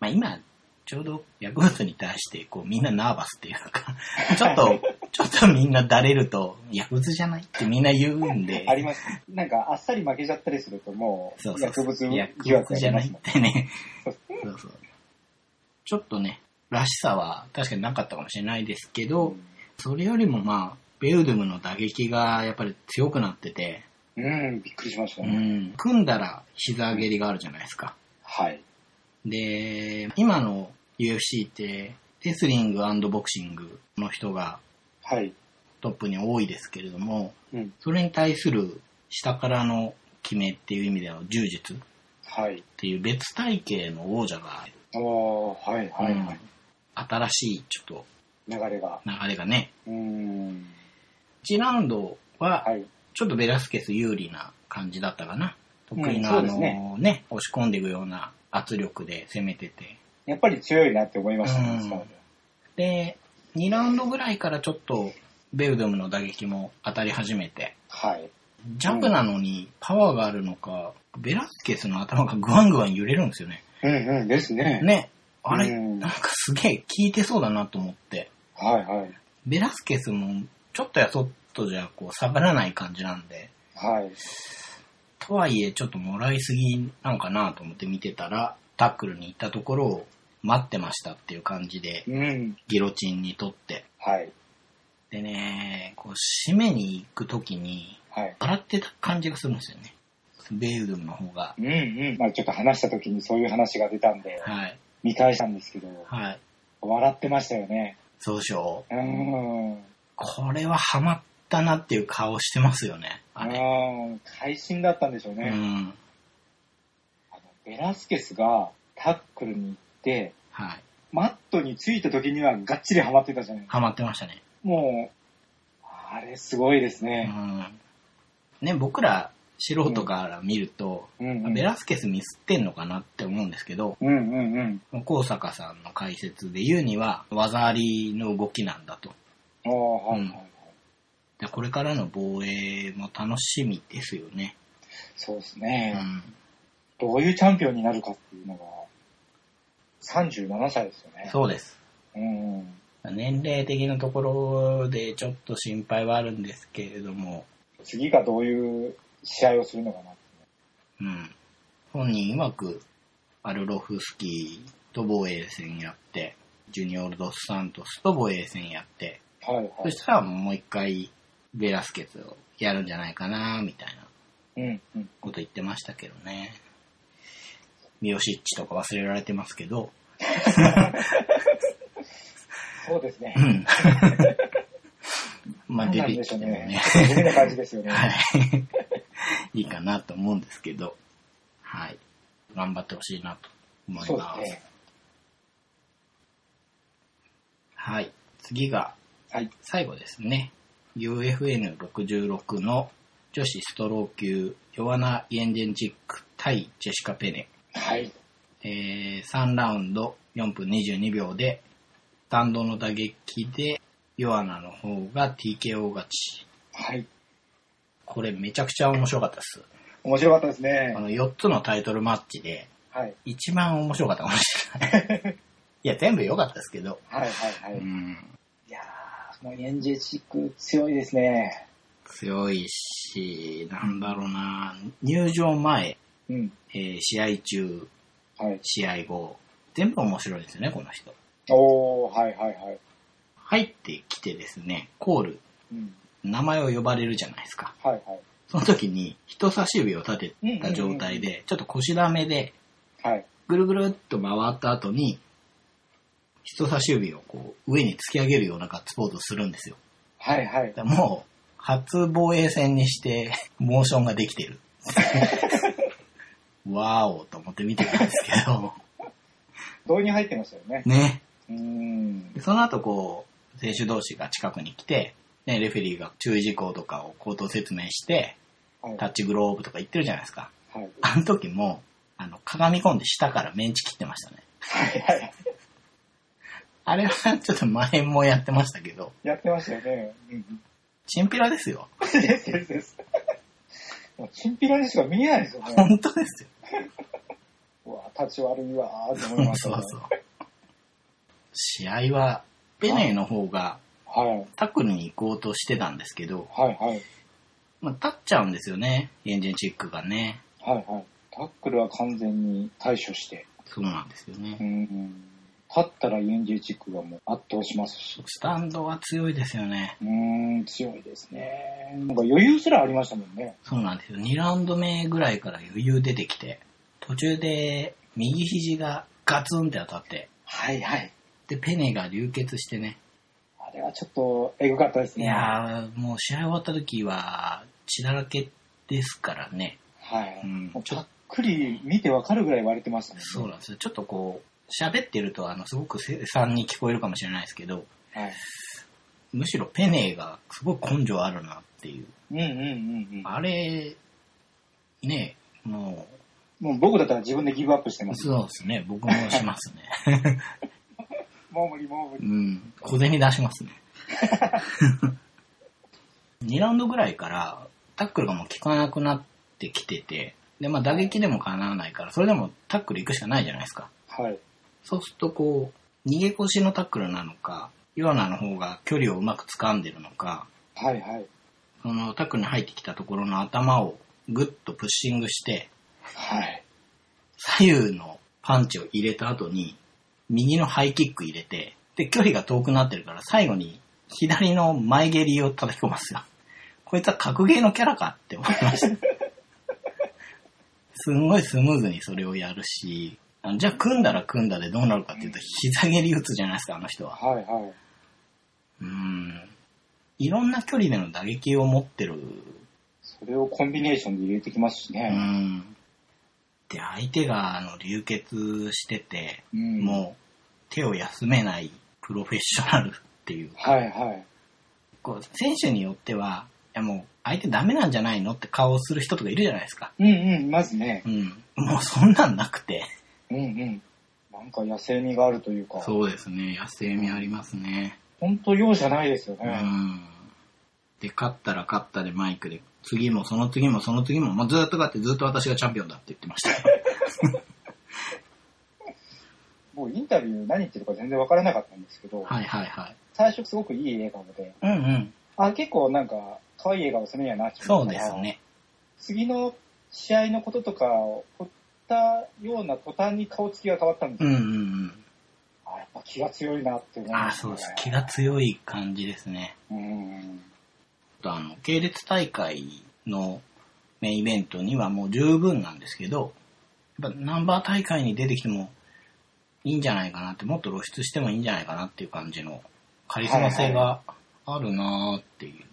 [SPEAKER 1] まあ今、ちょうど薬物に対してこうみんなナーバスっていうか、ちょっと、ちょっとみんなだれると、薬物じゃないってみんな言うんで、
[SPEAKER 2] あります。なんか、あっさり負けちゃったりすると、も
[SPEAKER 1] そう
[SPEAKER 2] う、
[SPEAKER 1] そうそ
[SPEAKER 2] 薬
[SPEAKER 1] う
[SPEAKER 2] 物疑
[SPEAKER 1] 薬
[SPEAKER 2] 惑
[SPEAKER 1] 物じ
[SPEAKER 2] が
[SPEAKER 1] ゃ
[SPEAKER 2] あ
[SPEAKER 1] ない
[SPEAKER 2] ります
[SPEAKER 1] っ
[SPEAKER 2] もん
[SPEAKER 1] てね。そうそう。ちょっとね、らしさは確かになかったかもしれないですけど、それよりもまあ、ベウドゥムの打撃がやっぱり強くなってて、
[SPEAKER 2] うん、うんびっくりしました
[SPEAKER 1] う
[SPEAKER 2] ね。
[SPEAKER 1] ん、組んだら膝蹴りがあるじゃないですか。
[SPEAKER 2] はい。
[SPEAKER 1] で、今の UFC って、レスリングボクシングの人が
[SPEAKER 2] はい。
[SPEAKER 1] トップに多いですけれども、
[SPEAKER 2] うん。
[SPEAKER 1] それに対する下からの決めっていう意味での柔術っ
[SPEAKER 2] はい。
[SPEAKER 1] ていう別体系の王者が、
[SPEAKER 2] ああ、はいはいはい。
[SPEAKER 1] 新しいちょっと
[SPEAKER 2] 流れが。
[SPEAKER 1] 流れがね、
[SPEAKER 2] うん。
[SPEAKER 1] 1ラウンドは
[SPEAKER 2] はい。
[SPEAKER 1] ちょっとベラスケス有利な感じだったかな。得意な、
[SPEAKER 2] うんそ
[SPEAKER 1] あ
[SPEAKER 2] うです
[SPEAKER 1] の
[SPEAKER 2] ね
[SPEAKER 1] ね押し込んでいくような圧力で攻めてて。
[SPEAKER 2] やっぱり強いなって思いました
[SPEAKER 1] うん
[SPEAKER 2] ね、そう
[SPEAKER 1] で、2ラウンドぐらいからちょっとベルドムの打撃も当たり始めて、
[SPEAKER 2] はい。
[SPEAKER 1] 弱なのにパワーがあるのか、ベラスケスの頭がグワングワン揺れるんですよね。
[SPEAKER 2] うんうんですね。
[SPEAKER 1] ね。あれ、
[SPEAKER 2] うん
[SPEAKER 1] なんかすげえ効いてそうだなと思って。
[SPEAKER 2] はいはい。
[SPEAKER 1] ベラスケスもちょっとやそっとじゃこう下がらない感じなんで、
[SPEAKER 2] はい。
[SPEAKER 1] とはいえちょっともらいすぎなのかなと思って見てたら、タックルに行ったところを待ってましたっていう感じで、
[SPEAKER 2] うん。
[SPEAKER 1] ギロチンにとって。
[SPEAKER 2] はい。
[SPEAKER 1] でね、こう締めに行くときに、
[SPEAKER 2] はい。
[SPEAKER 1] 洗ってた感じがするんですよね。ベイウドンの方が。
[SPEAKER 2] うんうん。まあちょっと話した時にそういう話が出たんで、
[SPEAKER 1] はい。
[SPEAKER 2] 見返したんですけど、
[SPEAKER 1] はい。
[SPEAKER 2] 笑ってましたよね。
[SPEAKER 1] そうでしょう
[SPEAKER 2] う。ん。
[SPEAKER 1] これはハマったなっていう顔してますよね。あれ。
[SPEAKER 2] うん。会心だったんでしょう
[SPEAKER 1] う
[SPEAKER 2] ね。
[SPEAKER 1] ん。
[SPEAKER 2] あのベラスケスがタックルに行って、
[SPEAKER 1] はい。
[SPEAKER 2] マットについた時にはがっちりハマってたじゃない
[SPEAKER 1] ハマってましたね。
[SPEAKER 2] もう、あれすごいです
[SPEAKER 1] う
[SPEAKER 2] ね。
[SPEAKER 1] ん。ね、僕ら素人から見ると、
[SPEAKER 2] うんうん。
[SPEAKER 1] ベラスケスミスってんのかなって思うんですけど、
[SPEAKER 2] うんうんうん。
[SPEAKER 1] 高坂さんの解説で言うには、技ありの動きなんだと。
[SPEAKER 2] ああ、はい、
[SPEAKER 1] うん
[SPEAKER 2] はいはい。
[SPEAKER 1] でこれからの防衛も楽しみですよね。
[SPEAKER 2] そうです
[SPEAKER 1] う
[SPEAKER 2] ね。
[SPEAKER 1] ん。
[SPEAKER 2] どういうチャンピオンになるかっていうのが、37歳ですよね。
[SPEAKER 1] そうです。
[SPEAKER 2] う。ん。
[SPEAKER 1] 年齢的なところでちょっと心配はあるんですけれども、
[SPEAKER 2] 次がどういう試合をするのかなって
[SPEAKER 1] うん。本人曰く、アルロフスキーと防衛戦やって、ジュニオルドスサントスと防衛戦やって、
[SPEAKER 2] いう。はいは
[SPEAKER 1] そ
[SPEAKER 2] い
[SPEAKER 1] し。たらもう一回ベラスケツをやるんじゃないかな、みたいな
[SPEAKER 2] うんうん。
[SPEAKER 1] こと言ってましたけどね。ミヨシッチとか忘れられてますけど、
[SPEAKER 2] そうですね
[SPEAKER 1] う。んまあ出てきてもね。
[SPEAKER 2] 不思議な感じですよね。
[SPEAKER 1] はい。いい かなと思うんですけど、はい。頑張ってほしいなと思い
[SPEAKER 2] そうで
[SPEAKER 1] ます。
[SPEAKER 2] すね。
[SPEAKER 1] はい。次が
[SPEAKER 2] はい。
[SPEAKER 1] 最後ですね。UFN66 の女子ストロー級、ヨワナ・イエンジェンチック対ジェシカ・ペネ。
[SPEAKER 2] はい。
[SPEAKER 1] えー、3ラウンド4分22秒で、弾道の打撃で、ヨアナの方が TKO 勝ち。
[SPEAKER 2] はい。
[SPEAKER 1] これめちゃくちゃ面白かったです。
[SPEAKER 2] 面白かったです
[SPEAKER 1] あ
[SPEAKER 2] ね。
[SPEAKER 1] の4つのタイトルマッチで、
[SPEAKER 2] はい。
[SPEAKER 1] 一番面白かったかもしれない。 いや、全部良かったですけど。
[SPEAKER 2] はいはいは
[SPEAKER 1] う
[SPEAKER 2] い。
[SPEAKER 1] ん。
[SPEAKER 2] いやー、もうエンジェチック強いですね。
[SPEAKER 1] 強いし、なんだろうな、入場前、
[SPEAKER 2] うん。
[SPEAKER 1] えー試合中、
[SPEAKER 2] はい。
[SPEAKER 1] 試合後、全部面白いですよね、この人。
[SPEAKER 2] おー、はいはいはい。
[SPEAKER 1] 入ってきてですね、コール、
[SPEAKER 2] うん。
[SPEAKER 1] 名前を呼ばれるじゃないですか。
[SPEAKER 2] はいはい。
[SPEAKER 1] その時に人差し指を立てた状態で、ちょっと腰だめで、
[SPEAKER 2] はい。
[SPEAKER 1] ぐるぐるっと回った後に、人差し指をこう上に突き上げるようなガッツポーズをするんですよ。
[SPEAKER 2] はいはい。
[SPEAKER 1] もう、初防衛戦にして、モーションができてる。わーおと思って見てたんですけど、
[SPEAKER 2] 胴に入ってましたよね。
[SPEAKER 1] ね。
[SPEAKER 2] うーん。
[SPEAKER 1] でその後こう、選手同士が近くに来て、ね、レフェリーが注意事項とかを口頭説明して、
[SPEAKER 2] はい。
[SPEAKER 1] タッチグローブとか言ってるじゃないですか。
[SPEAKER 2] はい。
[SPEAKER 1] あの時も、あの、かがみ込んで下からメンチ切ってましたね。
[SPEAKER 2] はいはい。
[SPEAKER 1] あれはちょっと前もやってましたけど、
[SPEAKER 2] やってましたよね。うん。
[SPEAKER 1] チンピラですよ。
[SPEAKER 2] ですですです。もう、チンピラにしか見えないですよね。
[SPEAKER 1] 本当ですよ。
[SPEAKER 2] うわ、立ち悪いわーって思いました、
[SPEAKER 1] そ
[SPEAKER 2] ね。
[SPEAKER 1] う そう。試合は、ペネの方が
[SPEAKER 2] はい。
[SPEAKER 1] タックルに行こうとしてたんですけど、
[SPEAKER 2] はいはい。
[SPEAKER 1] まあ、立っちゃうんですよね、エンジェンチックがね。
[SPEAKER 2] はいはい。タックルは完全に対処して。
[SPEAKER 1] そうなんですよ
[SPEAKER 2] う
[SPEAKER 1] ね。
[SPEAKER 2] ん。立ったらインジェチックがもう圧倒しますし。
[SPEAKER 1] スタンドは強いですよね。
[SPEAKER 2] うーん、強いですね。なんか余裕すらありましたもんね。
[SPEAKER 1] そうなんですよ。2ラウンド目ぐらいから余裕出てきて、途中で右肘がガツンって当たって、
[SPEAKER 2] はいはい。
[SPEAKER 1] で、ペネが流血してね。
[SPEAKER 2] あれはちょっと、えぐかったです
[SPEAKER 1] い
[SPEAKER 2] ね。
[SPEAKER 1] やー、もう試合終わった時は血だらけですからね。
[SPEAKER 2] はい。
[SPEAKER 1] うん
[SPEAKER 2] もうぱっくり見てわかるぐらい割れてましたもんね。
[SPEAKER 1] そうなんですよ。ちょっとこう、喋ってると、あの、すごく凄惨に聞こえるかもしれないですけど、
[SPEAKER 2] はい。
[SPEAKER 1] むしろペネがすごい根性あるなっていう。
[SPEAKER 2] うんうんうんうん。
[SPEAKER 1] あれ、ねも
[SPEAKER 2] もう僕だったら自分でギブアップしてま
[SPEAKER 1] う、
[SPEAKER 2] す。
[SPEAKER 1] そうですね、僕もしますね。
[SPEAKER 2] もう無理もう無
[SPEAKER 1] う
[SPEAKER 2] 理。
[SPEAKER 1] ん、小銭出しますね。2ラウンドぐらいから、タックルがもう効かなくなってきてて、で、まあ打撃でもかなわないから、それでもタックル行くしかないじゃないですか。
[SPEAKER 2] はい。
[SPEAKER 1] そうするとこう、逃げ腰のタックルなのか、イワナの方が距離をうまく掴んでるのか、
[SPEAKER 2] はいはい。
[SPEAKER 1] そのタックルに入ってきたところの頭をグッとプッシングして、
[SPEAKER 2] はい。
[SPEAKER 1] 左右のパンチを入れた後に、右のハイキック入れて、で、距離が遠くなってるから、最後に左の前蹴りを叩き込ますよ。こいつは格ゲーのキャラかって思いました。 すんごいスムーズにそれをやるし、あのじゃあ組んだら組んだでどうなるかっていうと、膝蹴り打つじゃないですか、あの人は。
[SPEAKER 2] はい、はい。
[SPEAKER 1] うん。いろんな距離での打撃を持ってる
[SPEAKER 2] それをコンビネーションで入れてきますし
[SPEAKER 1] う
[SPEAKER 2] ね。
[SPEAKER 1] ん。で、相手が、あの、流血してて、
[SPEAKER 2] うん
[SPEAKER 1] もう、手を休めないプロフェッショナルっていう。
[SPEAKER 2] はい、はい。
[SPEAKER 1] こう、選手によっては、いやもう、相手ダメなんじゃないのって顔をする人とかいるじゃないですか。
[SPEAKER 2] うんうん、まずね
[SPEAKER 1] う。ん。もう、そんなんなくて。
[SPEAKER 2] うんうん。なんか野生味があるというか、
[SPEAKER 1] そうですね。野生味ありますね。
[SPEAKER 2] ほんと容赦ないですよ
[SPEAKER 1] う
[SPEAKER 2] ね。
[SPEAKER 1] ん。で、勝ったら勝ったでマイクで、次もその次もその次も、もうずっと勝ってずっと私がチャンピオンだって言ってました。
[SPEAKER 2] もうインタビュー何言ってるか全然わからなかったんですけど、
[SPEAKER 1] はいはいはい。
[SPEAKER 2] 最初すごくいい笑顔で、
[SPEAKER 1] うんうん。
[SPEAKER 2] あ、結構なんか可愛い笑顔するんやなって
[SPEAKER 1] そ
[SPEAKER 2] 思
[SPEAKER 1] う
[SPEAKER 2] った
[SPEAKER 1] で
[SPEAKER 2] ら
[SPEAKER 1] すね。
[SPEAKER 2] 次の試合のこととかを掘ったような途端に顔つきが変わったんです
[SPEAKER 1] うん
[SPEAKER 2] よ。
[SPEAKER 1] うんうん。
[SPEAKER 2] あ、やっぱ気が強いなって思い
[SPEAKER 1] あ
[SPEAKER 2] ま
[SPEAKER 1] あ、
[SPEAKER 2] した
[SPEAKER 1] そう
[SPEAKER 2] ね
[SPEAKER 1] です。気が強い感じですね。
[SPEAKER 2] うん。
[SPEAKER 1] あとあの、系列大会のメインイベントにはもう十分なんですけど、やっぱナンバー大会に出てきてもいいんじゃないかなって、もっと露出してもいいんじゃないかなっていう感じのカリスマ性があるなーっていう。
[SPEAKER 2] うん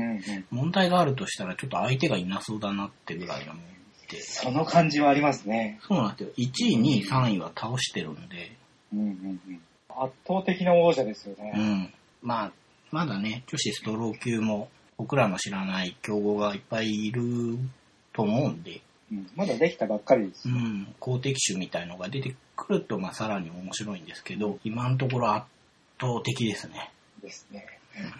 [SPEAKER 2] うん。
[SPEAKER 1] 問題があるとしたらちょっと相手がいなそうだなってぐらいのもんで。
[SPEAKER 2] その感じはありますね。
[SPEAKER 1] そうなんですよ。1位、2位、3位は倒してるんで、
[SPEAKER 2] うんうんうん。圧倒的な王者ですよね。
[SPEAKER 1] うん。まあ、まだね、女子ストロー級も、僕らの知らない競合がいっぱいいると思うんで、
[SPEAKER 2] うんまだできたばっかりです
[SPEAKER 1] う。ん、公的種みたいのが出てくると、まあ、さらに面白いんですけど、今のところ圧倒的ですね。
[SPEAKER 2] ですね。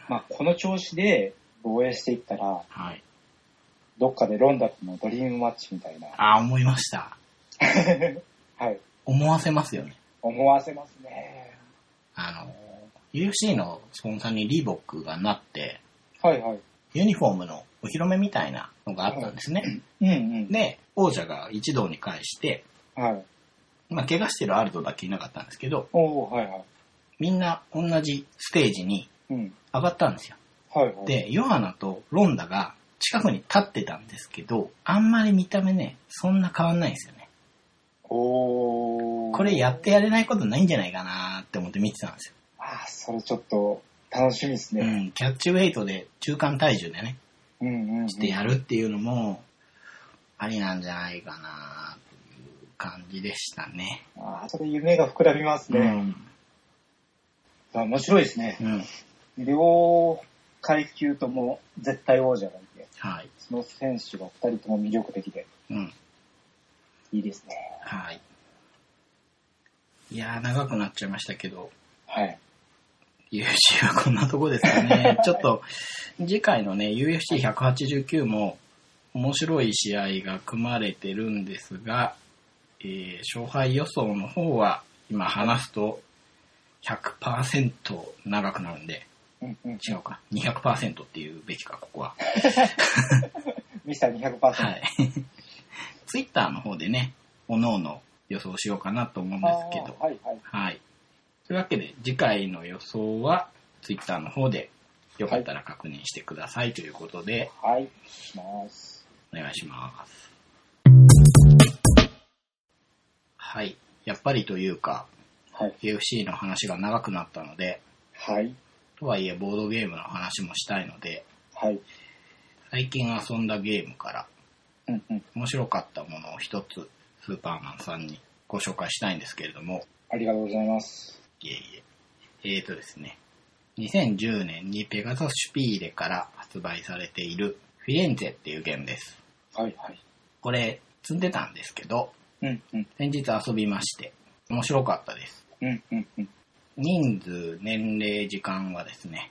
[SPEAKER 2] まあ、この調子で防衛していったら、
[SPEAKER 1] はい。
[SPEAKER 2] どっかでロンダとのドリームマッチみたいな、
[SPEAKER 1] ああ、思いました。
[SPEAKER 2] はい、
[SPEAKER 1] 思わせますよね。
[SPEAKER 2] 思わせますね。
[SPEAKER 1] あの、UFC のスポンサーにリーボックがなって、
[SPEAKER 2] はいはい。
[SPEAKER 1] ユニフォームのお披露目みたいなのがあったんですね。
[SPEAKER 2] うんうん。
[SPEAKER 1] で、王者が一堂に会して、
[SPEAKER 2] はい。
[SPEAKER 1] まあ、怪我してるアルドだけいなかったんですけど、
[SPEAKER 2] おおはいはい。
[SPEAKER 1] みんな同じステージに
[SPEAKER 2] うん。
[SPEAKER 1] 上がったんですよ。
[SPEAKER 2] はいはい。、
[SPEAKER 1] で、ヨハナとロンダが近くに立ってたんですけど、あんまり見た目ね、そんな変わんないんですよね。
[SPEAKER 2] おー
[SPEAKER 1] これやってやれないことないんじゃないかなって思って見てたんですよ。
[SPEAKER 2] ああ、それちょっと楽しみです
[SPEAKER 1] う
[SPEAKER 2] ね。
[SPEAKER 1] ん、キャッチウェイトで中間体重でね、
[SPEAKER 2] うん、うんうん。
[SPEAKER 1] してやるっていうのも、ありなんじゃないかなという感じでしたね。
[SPEAKER 2] ああ、それ夢が膨らみます
[SPEAKER 1] う
[SPEAKER 2] ね。
[SPEAKER 1] ん。
[SPEAKER 2] あ面白いですね
[SPEAKER 1] う。ん。
[SPEAKER 2] 両階級とも絶対王者がいて、
[SPEAKER 1] はい。
[SPEAKER 2] その選手が二人とも魅力的で、
[SPEAKER 1] うん。
[SPEAKER 2] いいですね。
[SPEAKER 1] はい。いやー、長くなっちゃいましたけど、
[SPEAKER 2] はい。
[SPEAKER 1] UFC は こんなとこですかね。ちょっと、次回のね、UFC189 も面白い試合が組まれてるんですが、えー勝敗予想の方は、今話すと100%長くなるんで、
[SPEAKER 2] うんうん。
[SPEAKER 1] 違うか、200%っていうべきか、ここは。
[SPEAKER 2] ミスター200%。
[SPEAKER 1] はい。ツイッターの方でね、おのおの予想しようかなと思うんですけど
[SPEAKER 2] あー、はいはい。
[SPEAKER 1] はい。というわけで、次回の予想は、ツイッターの方で、よかったら確認してくださいということで、
[SPEAKER 2] はい。します。
[SPEAKER 1] お願いします。はい。やっぱりというか、
[SPEAKER 2] はい。
[SPEAKER 1] UFC の話が長くなったので、
[SPEAKER 2] はい。
[SPEAKER 1] とはいえボードゲームの話もしたいので、
[SPEAKER 2] はい。
[SPEAKER 1] 最近遊んだゲームから
[SPEAKER 2] うんうん。
[SPEAKER 1] 面白かったものを一つ、スーパーマンさんにご紹介したいんですけれども、
[SPEAKER 2] ありがとうございます。
[SPEAKER 1] いえいえ。えーとですね。2010年にペガサスシュピーレから発売されているフィレンツェっていうゲームです。
[SPEAKER 2] はいはい。
[SPEAKER 1] これ積んでたんですけど、
[SPEAKER 2] うんうん。
[SPEAKER 1] 先日遊びまして面白かったです。
[SPEAKER 2] うんうんうん。
[SPEAKER 1] 人数、年齢、時間はですね、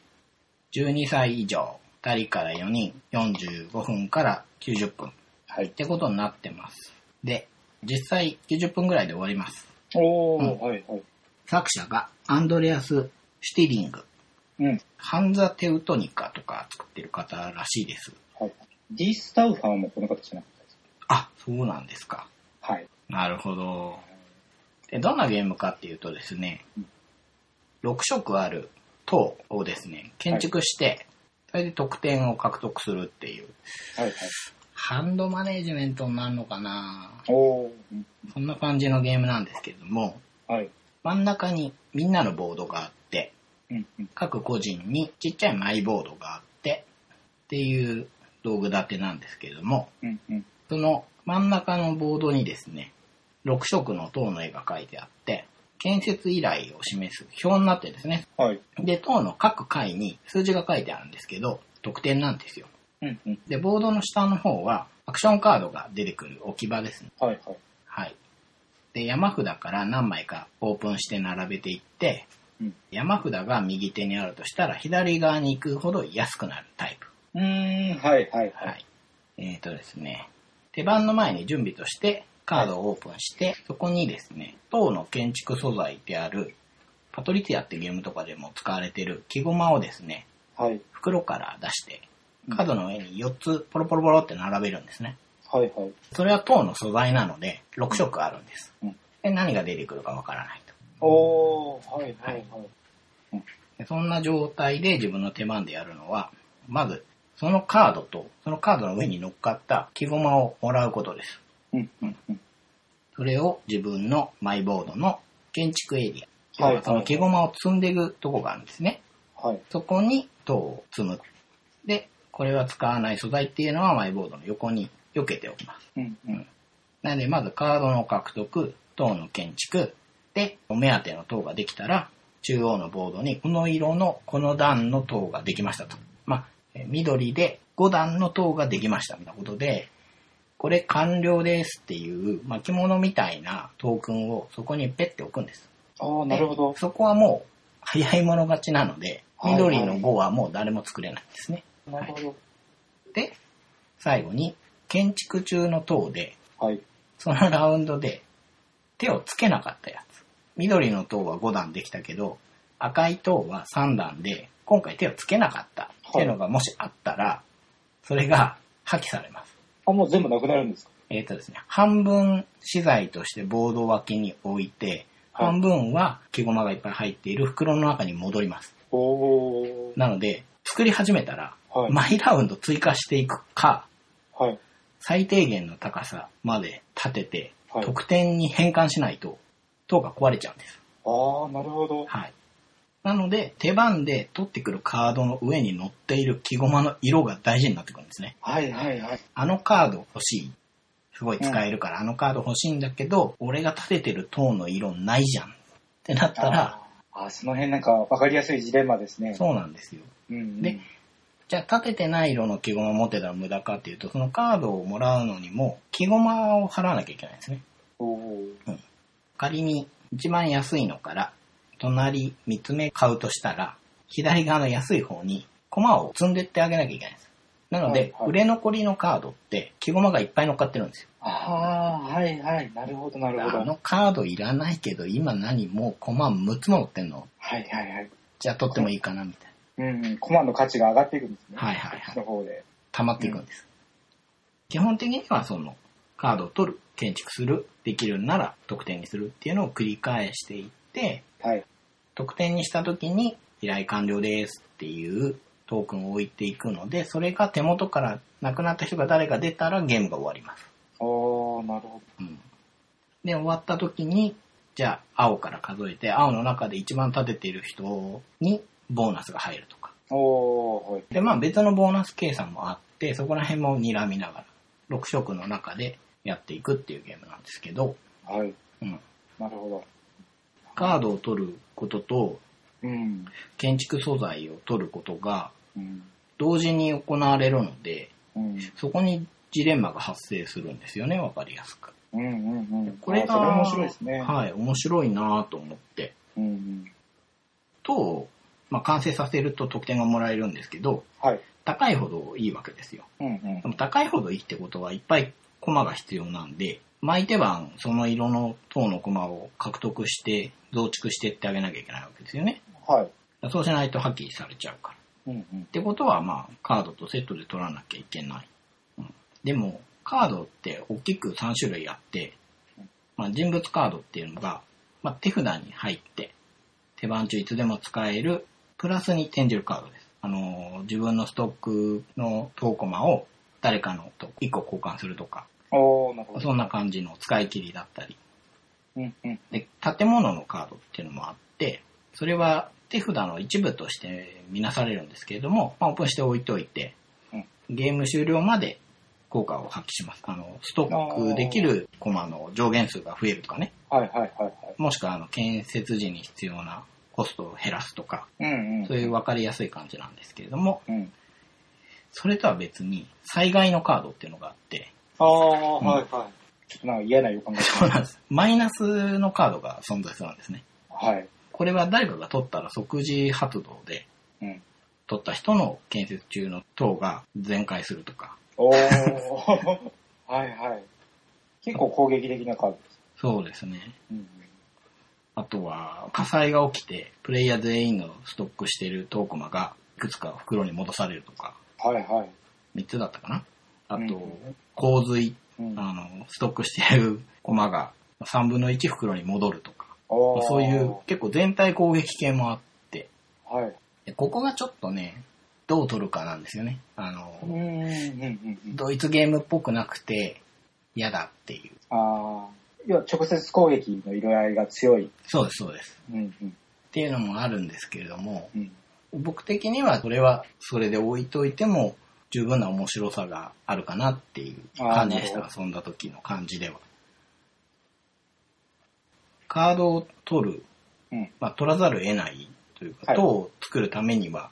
[SPEAKER 1] 12歳以上、2人から4人、45分から90分っ
[SPEAKER 2] はい。
[SPEAKER 1] てことになってます。で、実際90分ぐらいで終わります。
[SPEAKER 2] おー、
[SPEAKER 1] うん
[SPEAKER 2] はいはい。
[SPEAKER 1] 作者がアンドレアス・シュティリング。
[SPEAKER 2] うん。
[SPEAKER 1] ハンザ・テウトニカとか作ってる方らしいです。
[SPEAKER 2] はい。D スタウファーもこの方じゃなかったです。
[SPEAKER 1] あ、そうなんですか。
[SPEAKER 2] はい。
[SPEAKER 1] なるほど。でどんなゲームかっていうとですね
[SPEAKER 2] うん、
[SPEAKER 1] 6色ある塔をですね、建築して、それで得点を獲得するっていう、
[SPEAKER 2] はいはい。
[SPEAKER 1] ハンドマネージメントになるのかな
[SPEAKER 2] おー。うん
[SPEAKER 1] そんな感じのゲームなんですけれども、
[SPEAKER 2] はい。
[SPEAKER 1] 真ん中にみんなのボードがあって、
[SPEAKER 2] うんうん。
[SPEAKER 1] 各個人にちっちゃいマイボードがあって、っていう道具立てなんですけれども、
[SPEAKER 2] うんうん。
[SPEAKER 1] その真ん中のボードにですね、6色の塔の絵が描いてあって、建設依頼を示す表になってるんですね。
[SPEAKER 2] はい。
[SPEAKER 1] で、塔の各階に数字が書いてあるんですけど、得点なんですよ。
[SPEAKER 2] うんうん。
[SPEAKER 1] で、ボードの下の方は、アクションカードが出てくる置き場ですね。
[SPEAKER 2] はいはい。
[SPEAKER 1] はい。で、山札から何枚かオープンして並べていって、
[SPEAKER 2] うん
[SPEAKER 1] 山札が右手にあるとしたら、左側に行くほど安くなるタイプ。
[SPEAKER 2] うーん、はいはい
[SPEAKER 1] は
[SPEAKER 2] は。
[SPEAKER 1] いい。えっ、とですね、手番の前に準備としてカードをオープンして、そこにですね、塔の建築素材である、パトリティアってゲームとかでも使われてる木駒をですね、
[SPEAKER 2] はい。
[SPEAKER 1] 袋から出して、カードの上に4つポロポロポロって並べるんですね。
[SPEAKER 2] はいはい。
[SPEAKER 1] それは塔の素材なので、6色あるんです
[SPEAKER 2] うん。
[SPEAKER 1] で何が出てくるかわからないと
[SPEAKER 2] おー、はいはいはい。
[SPEAKER 1] で。そんな状態で自分の手番でやるのは、まず、そのカードと、そのカードの上に乗っかった木駒をもらうことです。
[SPEAKER 2] うんうんうん。
[SPEAKER 1] それを自分のマイボードの建築エリア、
[SPEAKER 2] はいはい
[SPEAKER 1] その木駒を積んでいくとこがあるんですね。
[SPEAKER 2] はい。
[SPEAKER 1] そこに塔を積む。で、これは使わない素材っていうのはマイボードの横に避けておきます。
[SPEAKER 2] うんうん。
[SPEAKER 1] なので、まずカードの獲得、塔の建築、で、お目当ての塔ができたら、中央のボードにこの色のこの段の塔ができましたと。まあ、えー緑で5段の塔ができましたみたいなことで、これ完了ですっていう巻物みたいなトークンをそこにペッて置くんです。
[SPEAKER 2] あー、なるほど
[SPEAKER 1] で。そこはもう早い者勝ちなので、
[SPEAKER 2] はいはい
[SPEAKER 1] 緑の5はもう誰も作れないんですね。
[SPEAKER 2] なるほ
[SPEAKER 1] で、最後に建築中の塔で
[SPEAKER 2] ど。はい。
[SPEAKER 1] そのラウンドで手をつけなかったやつ。緑の塔は5段できたけど、赤い塔は3段で、今回手をつけなかったっていうのがもしあったら、それが破棄されます。
[SPEAKER 2] あ、もう全部なくなるんですか
[SPEAKER 1] えっ、とですね、半分資材としてボード脇に置いて、
[SPEAKER 2] はい
[SPEAKER 1] 半分は木駒がいっぱい入っている袋の中に戻ります。
[SPEAKER 2] おー。
[SPEAKER 1] なので、作り始めたら、
[SPEAKER 2] はい。
[SPEAKER 1] マイラウンド追加していくか、
[SPEAKER 2] はい。
[SPEAKER 1] 最低限の高さまで立てて、
[SPEAKER 2] はい
[SPEAKER 1] 得点に変換しないと、塔が壊れちゃうんです。
[SPEAKER 2] あー、なるほど。
[SPEAKER 1] はい。なので、手番で取ってくるカードの上に乗っている木駒の色が大事になってくるんですね。
[SPEAKER 2] はいはいはい。
[SPEAKER 1] あのカード欲しい。すごい使えるから、あのカード欲しいんだけど、俺が立ててる塔の色ないじゃん。ってなったら、
[SPEAKER 2] あーあー、その辺なんか分かりやすいジレンマですね。
[SPEAKER 1] そうなんですよ。
[SPEAKER 2] うんうん。
[SPEAKER 1] でじゃあ立ててない色の木駒持ってたら無駄かっていうと、そのカードをもらうのにも、木駒を払わなきゃいけないんですね。
[SPEAKER 2] おー。
[SPEAKER 1] 仮に一番安いのから隣3つ目買うとしたら左側の安い方に駒を積んでってあげなきゃいけないんですなので、
[SPEAKER 2] はいはい
[SPEAKER 1] 売れ残りのカードって木駒がいっぱい乗っかってるんですよ
[SPEAKER 2] あー、はいはい。なるほどなるほど。
[SPEAKER 1] あ
[SPEAKER 2] はい
[SPEAKER 1] のカードいらないけど今何もう駒6つも持ってんの
[SPEAKER 2] はいはい。
[SPEAKER 1] じゃあ取ってもいいかなみたい
[SPEAKER 2] うんうん。コマの価値が上がっていくんですね。
[SPEAKER 1] なはいはいはい
[SPEAKER 2] の方で。
[SPEAKER 1] 溜まっていくんです、基本的にはそのカードを取る建築するできるなら得点にするっていうのを繰り返していって
[SPEAKER 2] はい。
[SPEAKER 1] 得点にした時に依頼完了ですっていうトークンを置いていくので、それが手元からなくなった人が誰か出たらゲームが終わります。
[SPEAKER 2] おー、なるほ
[SPEAKER 1] う
[SPEAKER 2] ど。
[SPEAKER 1] ん、で、終わった時に、じゃあ青から数えて、青の中で一番立てている人にボーナスが入るとか。
[SPEAKER 2] おー、はい。
[SPEAKER 1] で、まあ別のボーナス計算もあって、そこら辺も睨みながら、6色の中でやっていくっていうゲームなんですけど、
[SPEAKER 2] はい。
[SPEAKER 1] うん、
[SPEAKER 2] なるほど。
[SPEAKER 1] カードを取ることと
[SPEAKER 2] うん。
[SPEAKER 1] 建築素材を取ることが
[SPEAKER 2] うん。
[SPEAKER 1] 同時に行われるので、
[SPEAKER 2] うん。
[SPEAKER 1] そこにジレンマが発生するんですよね、わかりやすく。
[SPEAKER 2] うんうんうん。
[SPEAKER 1] これ
[SPEAKER 2] あ
[SPEAKER 1] が、
[SPEAKER 2] それ面白いですね。
[SPEAKER 1] はい、面白いなぁと思って。
[SPEAKER 2] うんうん。
[SPEAKER 1] 塔を、まあ、完成させると得点がもらえるんですけど、
[SPEAKER 2] はい。
[SPEAKER 1] 高いほどいいわけですよ。
[SPEAKER 2] うんうん
[SPEAKER 1] で。も高いほどいいってことはいっぱい駒が必要なんで、巻いて番、その色の塔の駒を獲得して、増築してってあげなきゃいけないわけですよね。
[SPEAKER 2] はい。
[SPEAKER 1] そうしないと破棄されちゃうから。
[SPEAKER 2] うんうん
[SPEAKER 1] っ。てことは、まあ、カードとセットで取らなきゃいけない。うんでも、カードって大きく3種類あって
[SPEAKER 2] うん、
[SPEAKER 1] まあ、人物カードっていうのが、まあ、手札に入って、手番中いつでも使える、プラスに転じるカードです。あのー、自分のストックのトーコマを誰かのと1個交換するとか、
[SPEAKER 2] おー、なるほど。
[SPEAKER 1] そんな感じの使い切りだったり、
[SPEAKER 2] うんうん。
[SPEAKER 1] で、建物のカードっていうのもあって、それは手札の一部として見なされるんですけれども、まあ、オープンして置いといて、
[SPEAKER 2] うん
[SPEAKER 1] ゲーム終了まで効果を発揮します。あの、ストックできるコマの上限数が増えるとかね、
[SPEAKER 2] はいはいはいはい。
[SPEAKER 1] もしくはあの建設時に必要なコストを減らすとか、
[SPEAKER 2] うんうん。
[SPEAKER 1] そういう分かりやすい感じなんですけれども、
[SPEAKER 2] うん。
[SPEAKER 1] それとは別に災害のカードっていうのがあって、
[SPEAKER 2] ああ、はいはい。ちょっとなんか嫌な予感がし
[SPEAKER 1] そう
[SPEAKER 2] ま
[SPEAKER 1] なんです。マイナスのカードが存在するんですね。
[SPEAKER 2] はい。
[SPEAKER 1] これは誰かが取ったら即時発動で、
[SPEAKER 2] うん。
[SPEAKER 1] 取った人の建設中の塔が全壊するとか。
[SPEAKER 2] おー。はいはい。結構攻撃的なカードです。
[SPEAKER 1] そうですね。
[SPEAKER 2] うんうん。
[SPEAKER 1] あとは、火災が起きて、プレイヤー全員のストックしているトーコマが、いくつか袋に戻されるとか、
[SPEAKER 2] はいはい。
[SPEAKER 1] 3つだったかな。あ
[SPEAKER 2] うんう
[SPEAKER 1] と、洪水、
[SPEAKER 2] うん。
[SPEAKER 1] あの、ストックしている コマが3分の1袋に戻るとか、
[SPEAKER 2] おー
[SPEAKER 1] そういう結構全体攻撃系もあって、
[SPEAKER 2] はい。
[SPEAKER 1] でここがちょっとね、どう取るかなんですよね。あ
[SPEAKER 2] うんう
[SPEAKER 1] の、
[SPEAKER 2] んうんうん。
[SPEAKER 1] ドイツゲームっぽくなくて、嫌だっていう。
[SPEAKER 2] ああ。要は直接攻撃の色合いが強い。
[SPEAKER 1] そうです、そうです。
[SPEAKER 2] うんうん
[SPEAKER 1] っていうのもあるんですけれども、
[SPEAKER 2] うん。
[SPEAKER 1] 僕的にはそれはそれで置いといても十分な面白さがあるかなっていう感じでし
[SPEAKER 2] あーなる
[SPEAKER 1] た。遊んだ時の感じでは。カードを取る、
[SPEAKER 2] うん
[SPEAKER 1] まあ、取らざるを得ないというか、
[SPEAKER 2] はい
[SPEAKER 1] 塔を作るためには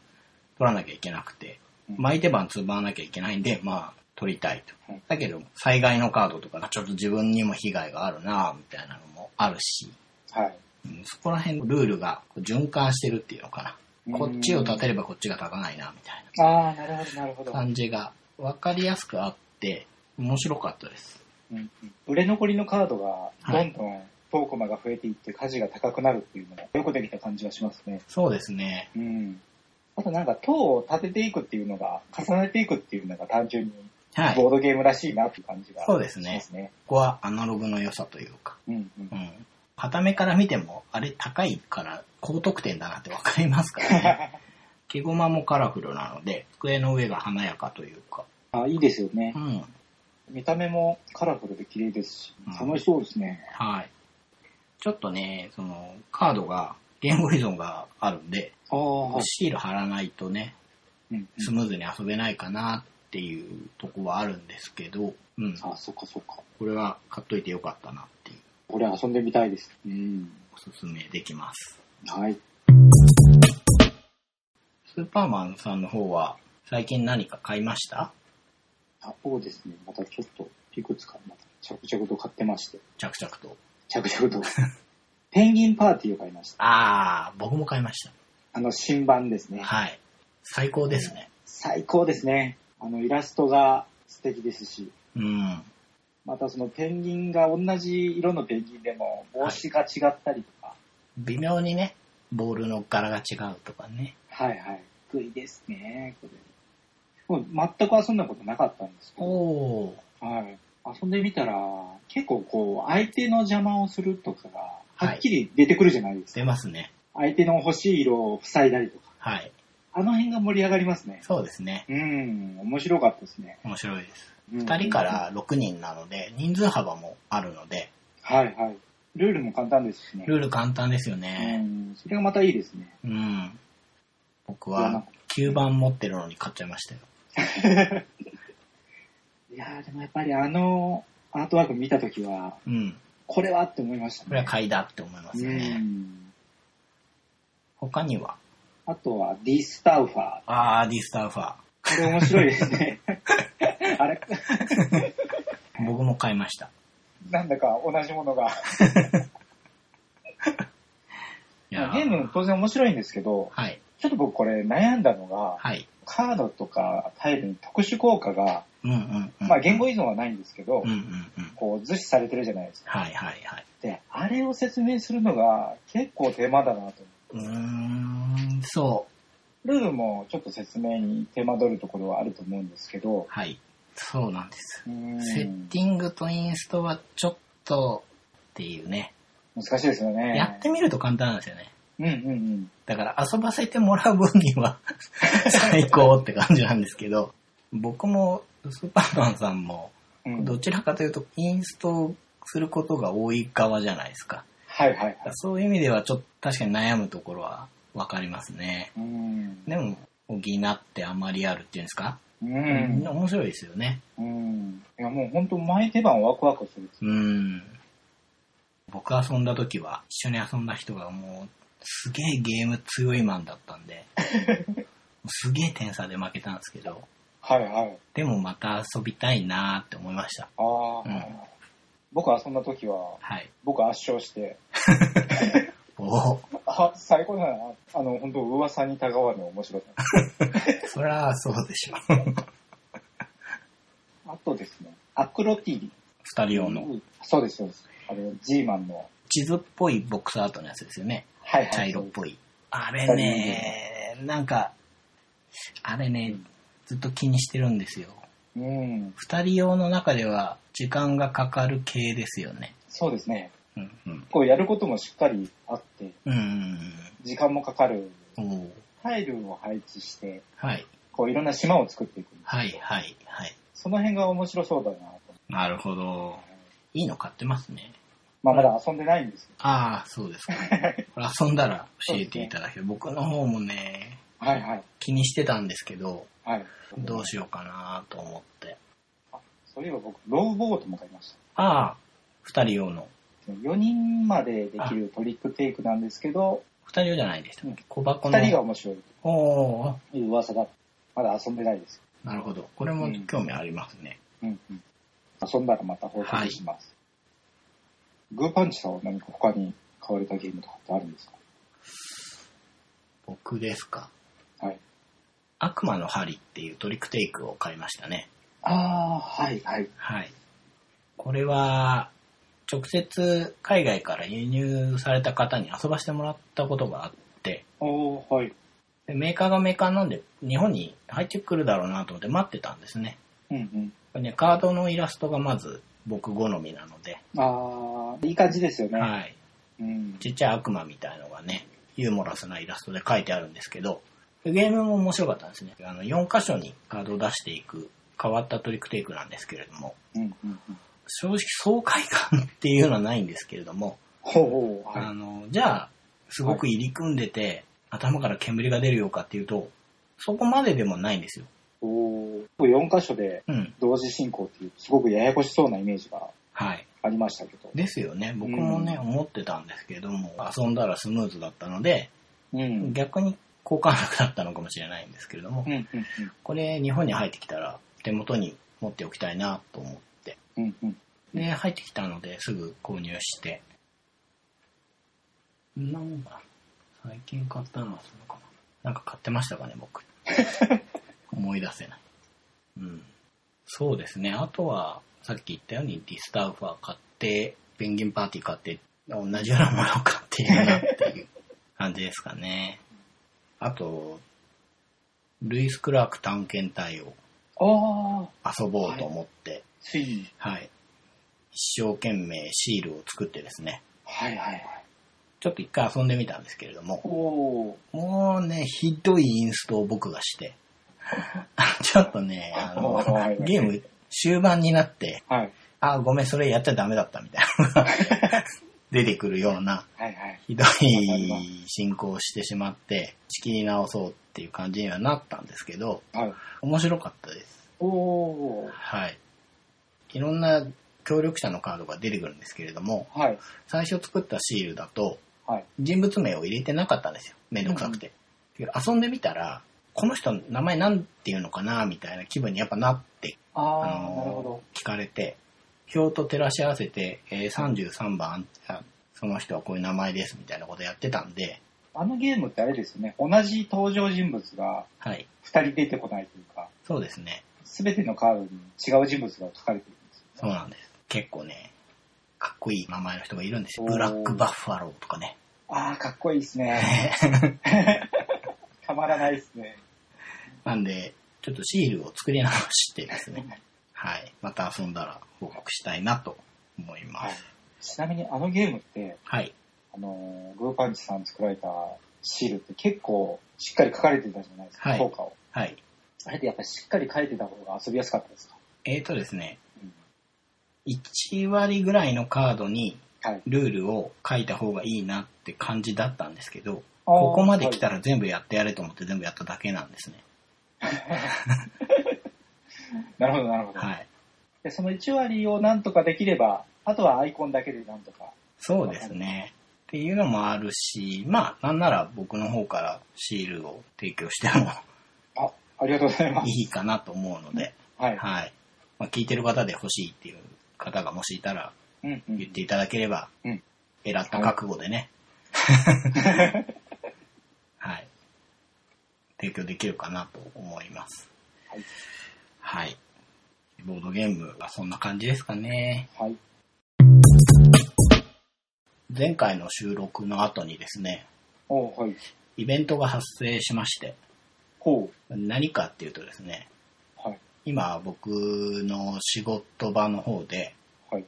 [SPEAKER 1] 取らなきゃいけなくて、
[SPEAKER 2] うん
[SPEAKER 1] 巻いて番積まなきゃいけないんで、まあ、取りたいと
[SPEAKER 2] はい。
[SPEAKER 1] だけど、災害のカードとか、ちょっと自分にも被害があるなぁみたいなのもあるし、
[SPEAKER 2] はい。
[SPEAKER 1] うんそこら辺のルールが循環してるっていうのかな。こっちを立てれ
[SPEAKER 2] る。
[SPEAKER 1] ばこっちが立たないな、みたい
[SPEAKER 2] ああ、なるほど、なるほ
[SPEAKER 1] な
[SPEAKER 2] ど。
[SPEAKER 1] 感じが分かりやすくあって、面白かったです。
[SPEAKER 2] うんうん売れ残りのカードが、どんどんトーコマが増えていって、価値が高くなるっていうのが、よくできた感じはしますね。
[SPEAKER 1] そうですね。
[SPEAKER 2] うん。あとなんか、塔を立てていくっていうのが、重ねていくっていうのが単純に、
[SPEAKER 1] はい。こ
[SPEAKER 2] ボードゲームらしいなっていう感じがし
[SPEAKER 1] そう
[SPEAKER 2] ま
[SPEAKER 1] です
[SPEAKER 2] す
[SPEAKER 1] ね
[SPEAKER 2] ね。
[SPEAKER 1] こはアナログの良さというか。
[SPEAKER 2] うんうん
[SPEAKER 1] う。ん。片目から見ても、あれ高いから高得点だなって分かりますからね。 毛駒もカラフルなので、机の上が華やかというか。
[SPEAKER 2] あ、いいですよね
[SPEAKER 1] う。ん。
[SPEAKER 2] 見た目もカラフルで綺麗ですし
[SPEAKER 1] うん、
[SPEAKER 2] 楽しそうですね。
[SPEAKER 1] はい。ちょっとね、その、カードが、言語依存があるんで、
[SPEAKER 2] ああ、はい。
[SPEAKER 1] シール貼らないとね、
[SPEAKER 2] うん
[SPEAKER 1] スムーズに遊べないかなっていうとこはあるんですけど、うん、
[SPEAKER 2] あ、そっかそっか。
[SPEAKER 1] これは買っといてよかったなっていう、
[SPEAKER 2] これ遊んでみたいです。うん。
[SPEAKER 1] おすすめできます。
[SPEAKER 2] はい。
[SPEAKER 1] スーパーマンさんの方は、最近何か買いました
[SPEAKER 2] あ、そうですね。またちょっと、いくつか、また着々と買ってまして。
[SPEAKER 1] 着々と。
[SPEAKER 2] 着々 と。ペンギンパーティーを買いました。
[SPEAKER 1] あー、僕も買いまし
[SPEAKER 2] あの、新版ですね
[SPEAKER 1] た。。はい。最高ですね。
[SPEAKER 2] 最高ですね。あの、イラストが素敵ですし、
[SPEAKER 1] うん。
[SPEAKER 2] またそのペンギンが同じ色のペンギンでも帽子が違ったりとか、
[SPEAKER 1] 微妙にね、ボールの柄が違うとかね。
[SPEAKER 2] はい、はいはい得意ですね、これ。もう全く遊んだことなかったんですけど、
[SPEAKER 1] おー、
[SPEAKER 2] はい。遊んでみたら、結構こう、相手の邪魔をするとかが、
[SPEAKER 1] はい
[SPEAKER 2] はっきり出てくるじゃないですか。
[SPEAKER 1] 出ますね。
[SPEAKER 2] 相手の欲しい色を塞いだりとか、
[SPEAKER 1] はい。
[SPEAKER 2] あの辺が盛り上がりますね。
[SPEAKER 1] そうですね。
[SPEAKER 2] うん、面白かったですね。
[SPEAKER 1] 面白いです。
[SPEAKER 2] うん
[SPEAKER 1] 2人か。ら6人なので、人数幅もあるので、
[SPEAKER 2] はいはい。ルールも簡単ですしね。
[SPEAKER 1] ルール簡単ですよね。
[SPEAKER 2] うん、それがまたいいですね。
[SPEAKER 1] うん。僕
[SPEAKER 2] いやなん
[SPEAKER 1] は
[SPEAKER 2] か
[SPEAKER 1] 9番持ってるのに買っちゃいましたよ。
[SPEAKER 2] いやーでもやっぱりあのアートワーク見たときは、
[SPEAKER 1] うん。
[SPEAKER 2] これはって思いましたね。
[SPEAKER 1] これは買いだって思います
[SPEAKER 2] う
[SPEAKER 1] ね。
[SPEAKER 2] ん。
[SPEAKER 1] 他には、
[SPEAKER 2] あとはディスタウファー。
[SPEAKER 1] あー、ディスターファ
[SPEAKER 2] これ面白いで すね。あれ
[SPEAKER 1] ー。僕も買いました。
[SPEAKER 2] なんだか同じものが。
[SPEAKER 1] い
[SPEAKER 2] ゲ
[SPEAKER 1] や
[SPEAKER 2] ーム当然面白いんですけど、
[SPEAKER 1] はい。
[SPEAKER 2] ちょっと僕これ悩んだのが、
[SPEAKER 1] はい。
[SPEAKER 2] カードとかタイルに特殊効果が、
[SPEAKER 1] うんうんうん。
[SPEAKER 2] まあ言語依存はないんですけど、
[SPEAKER 1] うんうんうん。
[SPEAKER 2] こう、図示されてるじゃないですか。
[SPEAKER 1] はいはいはい。
[SPEAKER 2] で、あれを説明するのが結構手間だなと思って。
[SPEAKER 1] うーん、そ
[SPEAKER 2] ルールもちょっと説明に手間取るところはあると思うんですけど
[SPEAKER 1] う。、はい。そうなんです。
[SPEAKER 2] うーん
[SPEAKER 1] セッティングとインストはちょっとっていうね。
[SPEAKER 2] 難しいですよね。
[SPEAKER 1] やってみると簡単なんですよね。
[SPEAKER 2] うんうんうん。
[SPEAKER 1] だから遊ばせてもらう分に は最高って感じなんですけど、僕もスーパーマンさんも
[SPEAKER 2] うん、
[SPEAKER 1] どちらかというとインストすることが多い側じゃないですか。
[SPEAKER 2] はいはいはい。
[SPEAKER 1] そういう意味ではちょっと確かに悩むところはわかりますね。
[SPEAKER 2] うん。
[SPEAKER 1] でも補ってあまりあるっていうんですか、
[SPEAKER 2] うん。
[SPEAKER 1] 面白いですよね。
[SPEAKER 2] うん。いやもう本当前手番ワクワクする。
[SPEAKER 1] うん。僕遊んだ時は一緒に遊んだ人がもうすげえゲーム強いマンだった んで、すげえ点差で負けたんですけど、
[SPEAKER 2] はいはい。
[SPEAKER 1] でもまた遊びたいなーって思いました。
[SPEAKER 2] ああ、はいは
[SPEAKER 1] うん
[SPEAKER 2] い。僕遊んだ時は、
[SPEAKER 1] はい。
[SPEAKER 2] 僕圧勝して、
[SPEAKER 1] おお、
[SPEAKER 2] あ、最高だな。あの、本当噂にたがわぬ面白さ。
[SPEAKER 1] そりゃそうでしょ。
[SPEAKER 2] あとですね、アクロティリ。
[SPEAKER 1] 二人用の
[SPEAKER 2] そうです、そうです。あれ、ジーマンの。
[SPEAKER 1] 地図っぽいボックスアートのやつですよね。
[SPEAKER 2] はいはい。
[SPEAKER 1] 茶色っぽい。あれね、なんか、あれね、ずっと気にしてるんですよ。
[SPEAKER 2] うん。
[SPEAKER 1] 二人用の中では時間がかかる系ですよね。
[SPEAKER 2] そうですね。
[SPEAKER 1] うんうん。
[SPEAKER 2] こうやることもしっかりあって、
[SPEAKER 1] うん
[SPEAKER 2] 時間もかかる。
[SPEAKER 1] うんうん。おー
[SPEAKER 2] タイルを配置して、
[SPEAKER 1] はい。
[SPEAKER 2] こういろんな島を作っていく。
[SPEAKER 1] はい、はい、はい。
[SPEAKER 2] その辺が面白そうだなと。
[SPEAKER 1] なるほど。いいの買ってますね。
[SPEAKER 2] まあまだ遊んでないんですけ
[SPEAKER 1] ああ、そうですか。これ遊んだら教えていただける。僕の方もね、
[SPEAKER 2] ど。はいはい。
[SPEAKER 1] 気にしてたんですけど、
[SPEAKER 2] はい。
[SPEAKER 1] どうしようかなと思って。
[SPEAKER 2] そういえば僕、ローボートも買いました。
[SPEAKER 1] ああ、二人用の。
[SPEAKER 2] 4人までできるトリックテイクなんですけど、
[SPEAKER 1] 二人用じゃないでしたっけ小箱の。
[SPEAKER 2] 2人が面白い
[SPEAKER 1] おお
[SPEAKER 2] という噂だ。まだ遊んでないです。
[SPEAKER 1] なるほど。これも興味ありますね。
[SPEAKER 2] うんうん。遊んだらまた報告します。グーパンチさんは何か他に買われたゲームとかってあるんですか
[SPEAKER 1] 僕ですか。
[SPEAKER 2] はい。
[SPEAKER 1] 悪魔の針っていうトリックテイクを買いましたね。
[SPEAKER 2] ああ、はいはい。
[SPEAKER 1] はい。これは、直接海外から輸入された方に遊ばせてもらったことがあって、
[SPEAKER 2] おー、はい。
[SPEAKER 1] でメーカーがメーカーなんで日本に入ってくるだろうなと思って待ってたんですね。
[SPEAKER 2] うんうん。
[SPEAKER 1] これね、カードのイラストがまず僕好みなので、
[SPEAKER 2] ああ、いい感じですよね。
[SPEAKER 1] はい。
[SPEAKER 2] うん。
[SPEAKER 1] ちっちゃい悪魔みたいのがね、ユーモラスなイラストで書いてあるんですけど、ゲームも面白かったんですね。あの、4箇所にカードを出していく変わったトリックテイクなんですけれども、
[SPEAKER 2] うんうんうん。
[SPEAKER 1] 正直爽快感っていうのはないんですけれども、
[SPEAKER 2] ほうほう、は
[SPEAKER 1] あの、じゃあ、すごく入り組んでて、頭から煙が出るようかっていうと、そこまででもないんですよ。
[SPEAKER 2] い。おー。4箇所で
[SPEAKER 1] うん。
[SPEAKER 2] 同時進行っていう、すごくややこしそうなイメージが
[SPEAKER 1] はい。
[SPEAKER 2] ありましたけど。
[SPEAKER 1] ですよね。僕もね、
[SPEAKER 2] うん
[SPEAKER 1] 思ってたんですけれども、遊んだらスムーズだったので、
[SPEAKER 2] うん。うん
[SPEAKER 1] 逆に好感力だったのかもしれないんですけれども、
[SPEAKER 2] うんうん。
[SPEAKER 1] これ日本に入ってきたら手元に持っておきたいなと思って。
[SPEAKER 2] うんうん。
[SPEAKER 1] で、入ってきたのですぐ購入して。なんか、最近買ったのはそのかな。なんか買ってましたかね、 僕。思い出せない。うん。そうですね。あとは、さっき言ったようにディスターファー買って、ペンギンパーティー買って、同じようなものを買っているなって いう感じですかね。あと、ルイス・クラーク探検隊を
[SPEAKER 2] ああ、
[SPEAKER 1] 遊ぼうと思って、
[SPEAKER 2] ついに。
[SPEAKER 1] はい。一生懸命シールを作ってですね、
[SPEAKER 2] はいはいはい。
[SPEAKER 1] ちょっと一回遊んでみたんですけれども、
[SPEAKER 2] おー。
[SPEAKER 1] もうね、ひどいインストを僕がして、 ちょっとね、あの
[SPEAKER 2] はいはい、はい
[SPEAKER 1] ゲーム終盤になって、
[SPEAKER 2] はい。
[SPEAKER 1] あ、ごめん、それやっちゃダメだったみたいな のが出てくるような、
[SPEAKER 2] はいはい。
[SPEAKER 1] ひどい進行をしてしまって、仕切り直そうっていう感じにはなったんですけど、
[SPEAKER 2] はい。
[SPEAKER 1] 面白かったです。
[SPEAKER 2] おー。
[SPEAKER 1] はい。いろんな協力者のカードが出てくるんですけれども、
[SPEAKER 2] はい。
[SPEAKER 1] 最初作ったシールだと、
[SPEAKER 2] はい。
[SPEAKER 1] 人物名を入れてなかったんですよ。めんどくさくて。けど遊んでみたら、この人の名前なんていうのかなみたいな気分にやっぱなって、
[SPEAKER 2] あ
[SPEAKER 1] あ
[SPEAKER 2] あ、
[SPEAKER 1] のー
[SPEAKER 2] なるほど。
[SPEAKER 1] 聞かれて、表と照らし合わせて、えー33番、あその人はこういう名前ですみたいなことやってたんで、
[SPEAKER 2] あのゲームってあれですよね。同じ登場人物が
[SPEAKER 1] はい。
[SPEAKER 2] 2人出てこないというか、
[SPEAKER 1] そうですね。
[SPEAKER 2] すべてのカードに違う人物が書かれてるんですよ。
[SPEAKER 1] そうなんです。結構ね、かっこいい名前の人がいるんですよ。
[SPEAKER 2] おー
[SPEAKER 1] ブラックバッファローとかね。
[SPEAKER 2] ああ、かっこいいですね。まらないですね。
[SPEAKER 1] なんで、ちょっとシールを作り直してですね、はい。また遊んだら報告したいなと思いま
[SPEAKER 2] はい
[SPEAKER 1] す。。
[SPEAKER 2] ちなみにあのゲームって、
[SPEAKER 1] はい。
[SPEAKER 2] あのー、グーパンチさん作られたシールって結構しっかり書かれてたじゃないですか、
[SPEAKER 1] はい
[SPEAKER 2] 効果を。
[SPEAKER 1] はい。
[SPEAKER 2] あれってやっぱりしっかり書いてた方が遊びやすかったですか、
[SPEAKER 1] えーとですね、
[SPEAKER 2] うん、
[SPEAKER 1] 1割ぐらいのカードに
[SPEAKER 2] はい。
[SPEAKER 1] ルールを書いた方がいいなって感じだったんですけど、
[SPEAKER 2] あー
[SPEAKER 1] ここまで来た
[SPEAKER 2] は
[SPEAKER 1] ら全部やってやれと思って全部やっただけなんですね。
[SPEAKER 2] いなるほど、なるほど、
[SPEAKER 1] はい。
[SPEAKER 2] で。その1割をなんとかできれば、あとはアイコンだけでなんとか。
[SPEAKER 1] そうですね。っていうのもあるし、まあ、なんなら僕の方からシールを提供しても
[SPEAKER 2] あ、ありがとうございます。
[SPEAKER 1] いいかなと思うので、
[SPEAKER 2] はい。
[SPEAKER 1] はい。まあ、聞いてる方で欲しいっていう方がもしいたら
[SPEAKER 2] うんうん
[SPEAKER 1] 言っていただければ、
[SPEAKER 2] うん
[SPEAKER 1] えらった覚悟で ね。はい。提供できるかなと思います。
[SPEAKER 2] はい。
[SPEAKER 1] はい。ボードゲームはそんな感じですかね。
[SPEAKER 2] はい。
[SPEAKER 1] 前回の収録の後にですね、
[SPEAKER 2] おうはい。
[SPEAKER 1] イベントが発生しまして、
[SPEAKER 2] ほ
[SPEAKER 1] 何かっていうとですね、
[SPEAKER 2] う。はい。
[SPEAKER 1] 今僕の仕事場の方で
[SPEAKER 2] はい。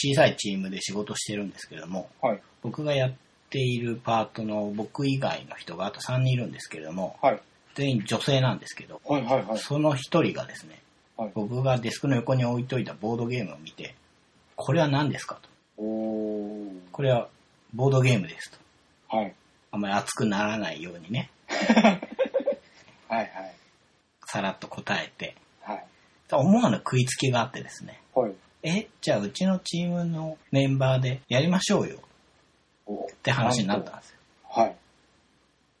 [SPEAKER 1] 小さいチームで仕事してるんですけれども、
[SPEAKER 2] はい。
[SPEAKER 1] 僕がやっているパートの僕以外の人があと3人いるんですけれども、
[SPEAKER 2] はい。
[SPEAKER 1] 全員女性なんですけど、
[SPEAKER 2] はい。はい。はい。
[SPEAKER 1] その1人がですね、
[SPEAKER 2] はい、
[SPEAKER 1] 僕がデスクの横に置いといたボードゲームを見て、これは何ですかと。
[SPEAKER 2] おー。
[SPEAKER 1] これはボードゲームですと。
[SPEAKER 2] はい。
[SPEAKER 1] あんまり熱くならないようにね、
[SPEAKER 2] はい。はい。
[SPEAKER 1] さらっと答えて、
[SPEAKER 2] はい。
[SPEAKER 1] 思わぬ食いつきがあってですね、
[SPEAKER 2] はい。
[SPEAKER 1] え、じゃあうちのチームのメンバーでやりましょうよ
[SPEAKER 2] おっ
[SPEAKER 1] って話になったんですよ。
[SPEAKER 2] はい。
[SPEAKER 1] っ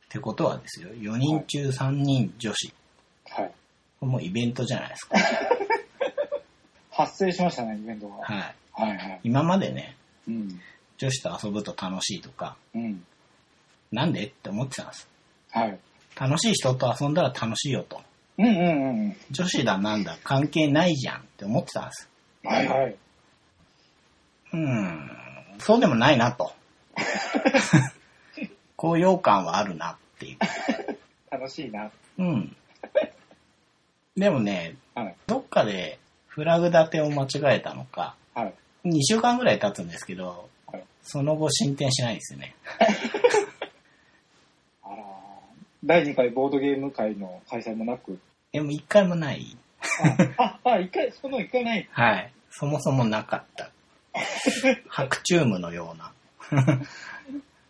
[SPEAKER 1] てことはですよ、4人中3人女子。
[SPEAKER 2] はい。
[SPEAKER 1] もうイベントじゃないです か。
[SPEAKER 2] 発生しましたね、イベントが。
[SPEAKER 1] はい。
[SPEAKER 2] はい。はい。
[SPEAKER 1] 今までね、
[SPEAKER 2] うん。
[SPEAKER 1] 女子と遊ぶと楽しいとか、
[SPEAKER 2] うん。
[SPEAKER 1] なんでって思ってたんです。
[SPEAKER 2] はい。
[SPEAKER 1] 楽しい人と遊んだら楽しいよと。
[SPEAKER 2] うんうんうんうん。
[SPEAKER 1] 女子だなんだ関係ないじゃんって思ってたんです。
[SPEAKER 2] はいはい。
[SPEAKER 1] うーん、そうでもないな と。高揚感はあるなっていう。
[SPEAKER 2] 楽しいな。
[SPEAKER 1] うん。でもね、
[SPEAKER 2] はい。
[SPEAKER 1] どっかでフラグ立てを間違えたのか、
[SPEAKER 2] はい。
[SPEAKER 1] 2週間ぐらい経つんですけど、
[SPEAKER 2] はい
[SPEAKER 1] その後進展しないですよね。
[SPEAKER 2] あらー第2回ボードゲーム会の開催もな く。
[SPEAKER 1] でも1回もない。
[SPEAKER 2] あ、あ、一回、その一回ない。
[SPEAKER 1] はい。そもそもなか った。白チュームのような。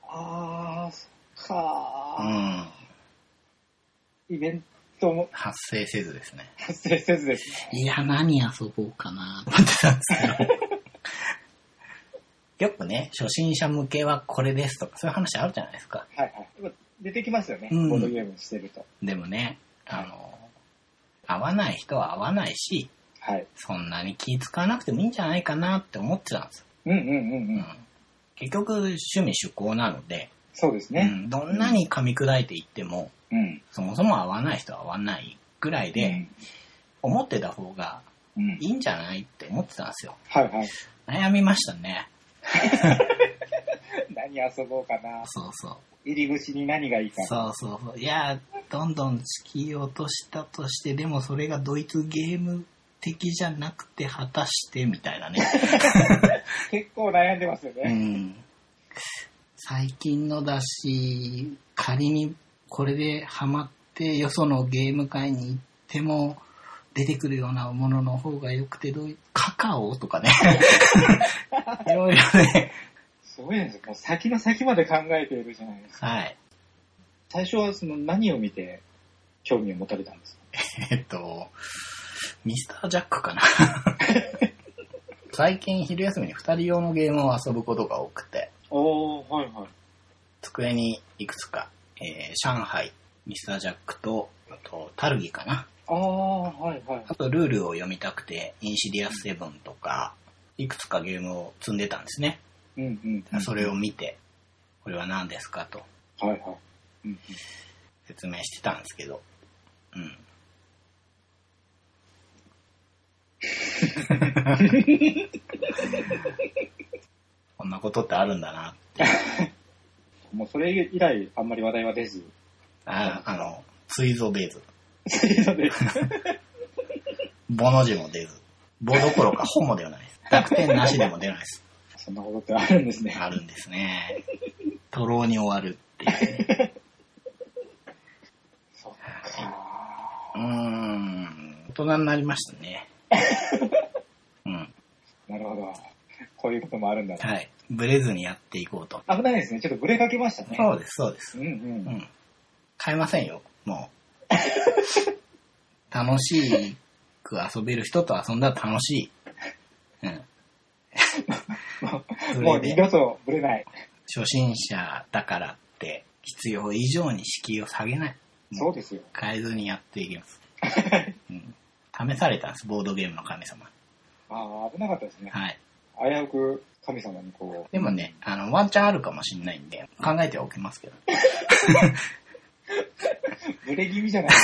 [SPEAKER 2] あー、そ
[SPEAKER 1] う
[SPEAKER 2] っか
[SPEAKER 1] ん。
[SPEAKER 2] ー。イベントも
[SPEAKER 1] 発生せずですね。
[SPEAKER 2] 発生せずですね。
[SPEAKER 1] いや、何遊ぼうかなと思ってたんですけ ど。よくね、初心者向けはこれですとか、そういう話あるじゃないですか。
[SPEAKER 2] はいはい。やっぱ出てきますよね、
[SPEAKER 1] うん
[SPEAKER 2] ボードゲームしてると。
[SPEAKER 1] でもね、あの、合わない人は合わないし、
[SPEAKER 2] はい。
[SPEAKER 1] そんなに気使わなくてもいいんじゃないかなって思ってたんです。
[SPEAKER 2] うんうんうん
[SPEAKER 1] う
[SPEAKER 2] うんん。、
[SPEAKER 1] 結局、趣味趣向なので、
[SPEAKER 2] そうです
[SPEAKER 1] う
[SPEAKER 2] ね。
[SPEAKER 1] ん、どんなに噛み砕いていっても、
[SPEAKER 2] うん。
[SPEAKER 1] そもそも合わない人は合わないぐらいで、思ってた方が
[SPEAKER 2] うん、う
[SPEAKER 1] い
[SPEAKER 2] ん。
[SPEAKER 1] いんじゃないって思ってたんですよ。
[SPEAKER 2] はいはい。
[SPEAKER 1] 悩みましたね。
[SPEAKER 2] 何遊ぼうかな。
[SPEAKER 1] そうそう。
[SPEAKER 2] 入り口に何がいいか。
[SPEAKER 1] そうそうそう。いや、どんどん突き落としたとして、でもそれがドイツゲーム的じゃなくて、果たして、みたいなね。
[SPEAKER 2] 結構悩んでますよ
[SPEAKER 1] う
[SPEAKER 2] ね。
[SPEAKER 1] ん。最近のだし、仮にこれでハマって、よそのゲーム会に行っても、出てくるようなものの方が良くて、どういカカオとかね。いろいろね。
[SPEAKER 2] すごいですよ。もう先の先まで考えているじゃないですか。
[SPEAKER 1] はい。
[SPEAKER 2] 最初はその何を見て興味を持たれたんですか
[SPEAKER 1] えっと、ミスタージャックかな。最近昼休みに二人用のゲームを遊ぶことが多くて、
[SPEAKER 2] おー、はいはい。
[SPEAKER 1] 机にいくつか、えー上海、ミスタージャックと、あと、タルギかな。
[SPEAKER 2] あー、はいはい。
[SPEAKER 1] あと、ルールを読みたくて、インシディアスセブンとか、いくつかゲームを積んでたんですね。
[SPEAKER 2] うんうんうん。
[SPEAKER 1] それを見て、これは何ですかと
[SPEAKER 2] はいはい。うんうん
[SPEAKER 1] 説明してたんですけど、うん。こんなことってあるんだな。
[SPEAKER 2] もうそれ以来あんまり話題は出ず。
[SPEAKER 1] ああの、水蔵ベーズ。
[SPEAKER 2] そうね
[SPEAKER 1] ボの字も出ず。ボどころか、ほも出ないです。濁点なしでも出ないです。
[SPEAKER 2] そんなことってあるんですね。
[SPEAKER 1] あるんですね。とろに終わるっていう。
[SPEAKER 2] そっか。
[SPEAKER 1] うーん。大人になりましたね。うん。
[SPEAKER 2] なるほど。こういうこともあるんだな。
[SPEAKER 1] はい。ブレずにやっていこうと。
[SPEAKER 2] 危ないですね。ちょっとブレかけましたね。
[SPEAKER 1] そうです、そうです。
[SPEAKER 2] うんうん
[SPEAKER 1] う。ん。変えませんよ、も う。楽しく遊べる人と遊んだら楽しい。 うん。それで
[SPEAKER 2] もう二度とぶれない。
[SPEAKER 1] 初心者だからって、必要以上に敷居を下げない。
[SPEAKER 2] そうですよ。
[SPEAKER 1] 変えずにやっていき ます。うん、試されたんです、ボードゲームの神様。
[SPEAKER 2] ああ、危なかったですね。
[SPEAKER 1] はい。
[SPEAKER 2] 危うく神様にこ
[SPEAKER 1] でもね、あの、ワンチャンあるかもしんないんで、考えてはおきますけど。
[SPEAKER 2] う、ブレ気味じゃない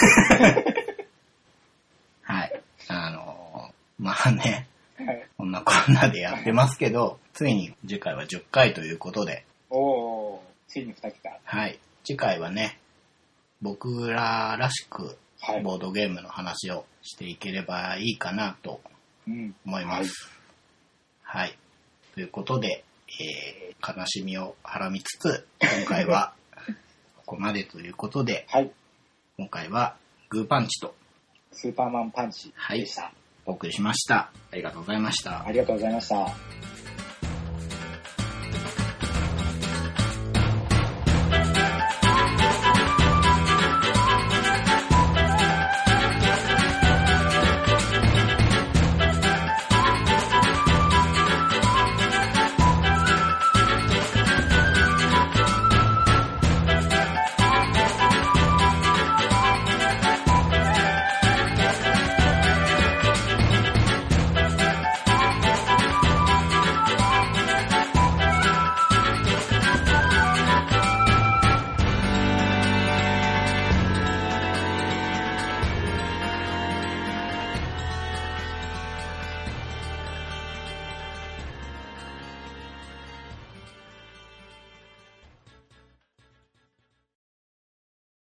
[SPEAKER 1] はい。あのーまあね、
[SPEAKER 2] はい。
[SPEAKER 1] こんなこんなでやってますけど、ついに次回は10回ということで、
[SPEAKER 2] おおついに二桁。
[SPEAKER 1] はい。次回はね、僕ららしく、
[SPEAKER 2] はい。
[SPEAKER 1] ボードゲームの話をしていければいいかなと
[SPEAKER 2] うん。
[SPEAKER 1] 思います。はい。ということで、えー悲しみをはらみつつ、今回はここまでということで、
[SPEAKER 2] はい。
[SPEAKER 1] 今回はグーパンチと
[SPEAKER 2] スーパーマンパンチでした。
[SPEAKER 1] お送りしました。ありがとうございました。
[SPEAKER 2] ありがとうございました。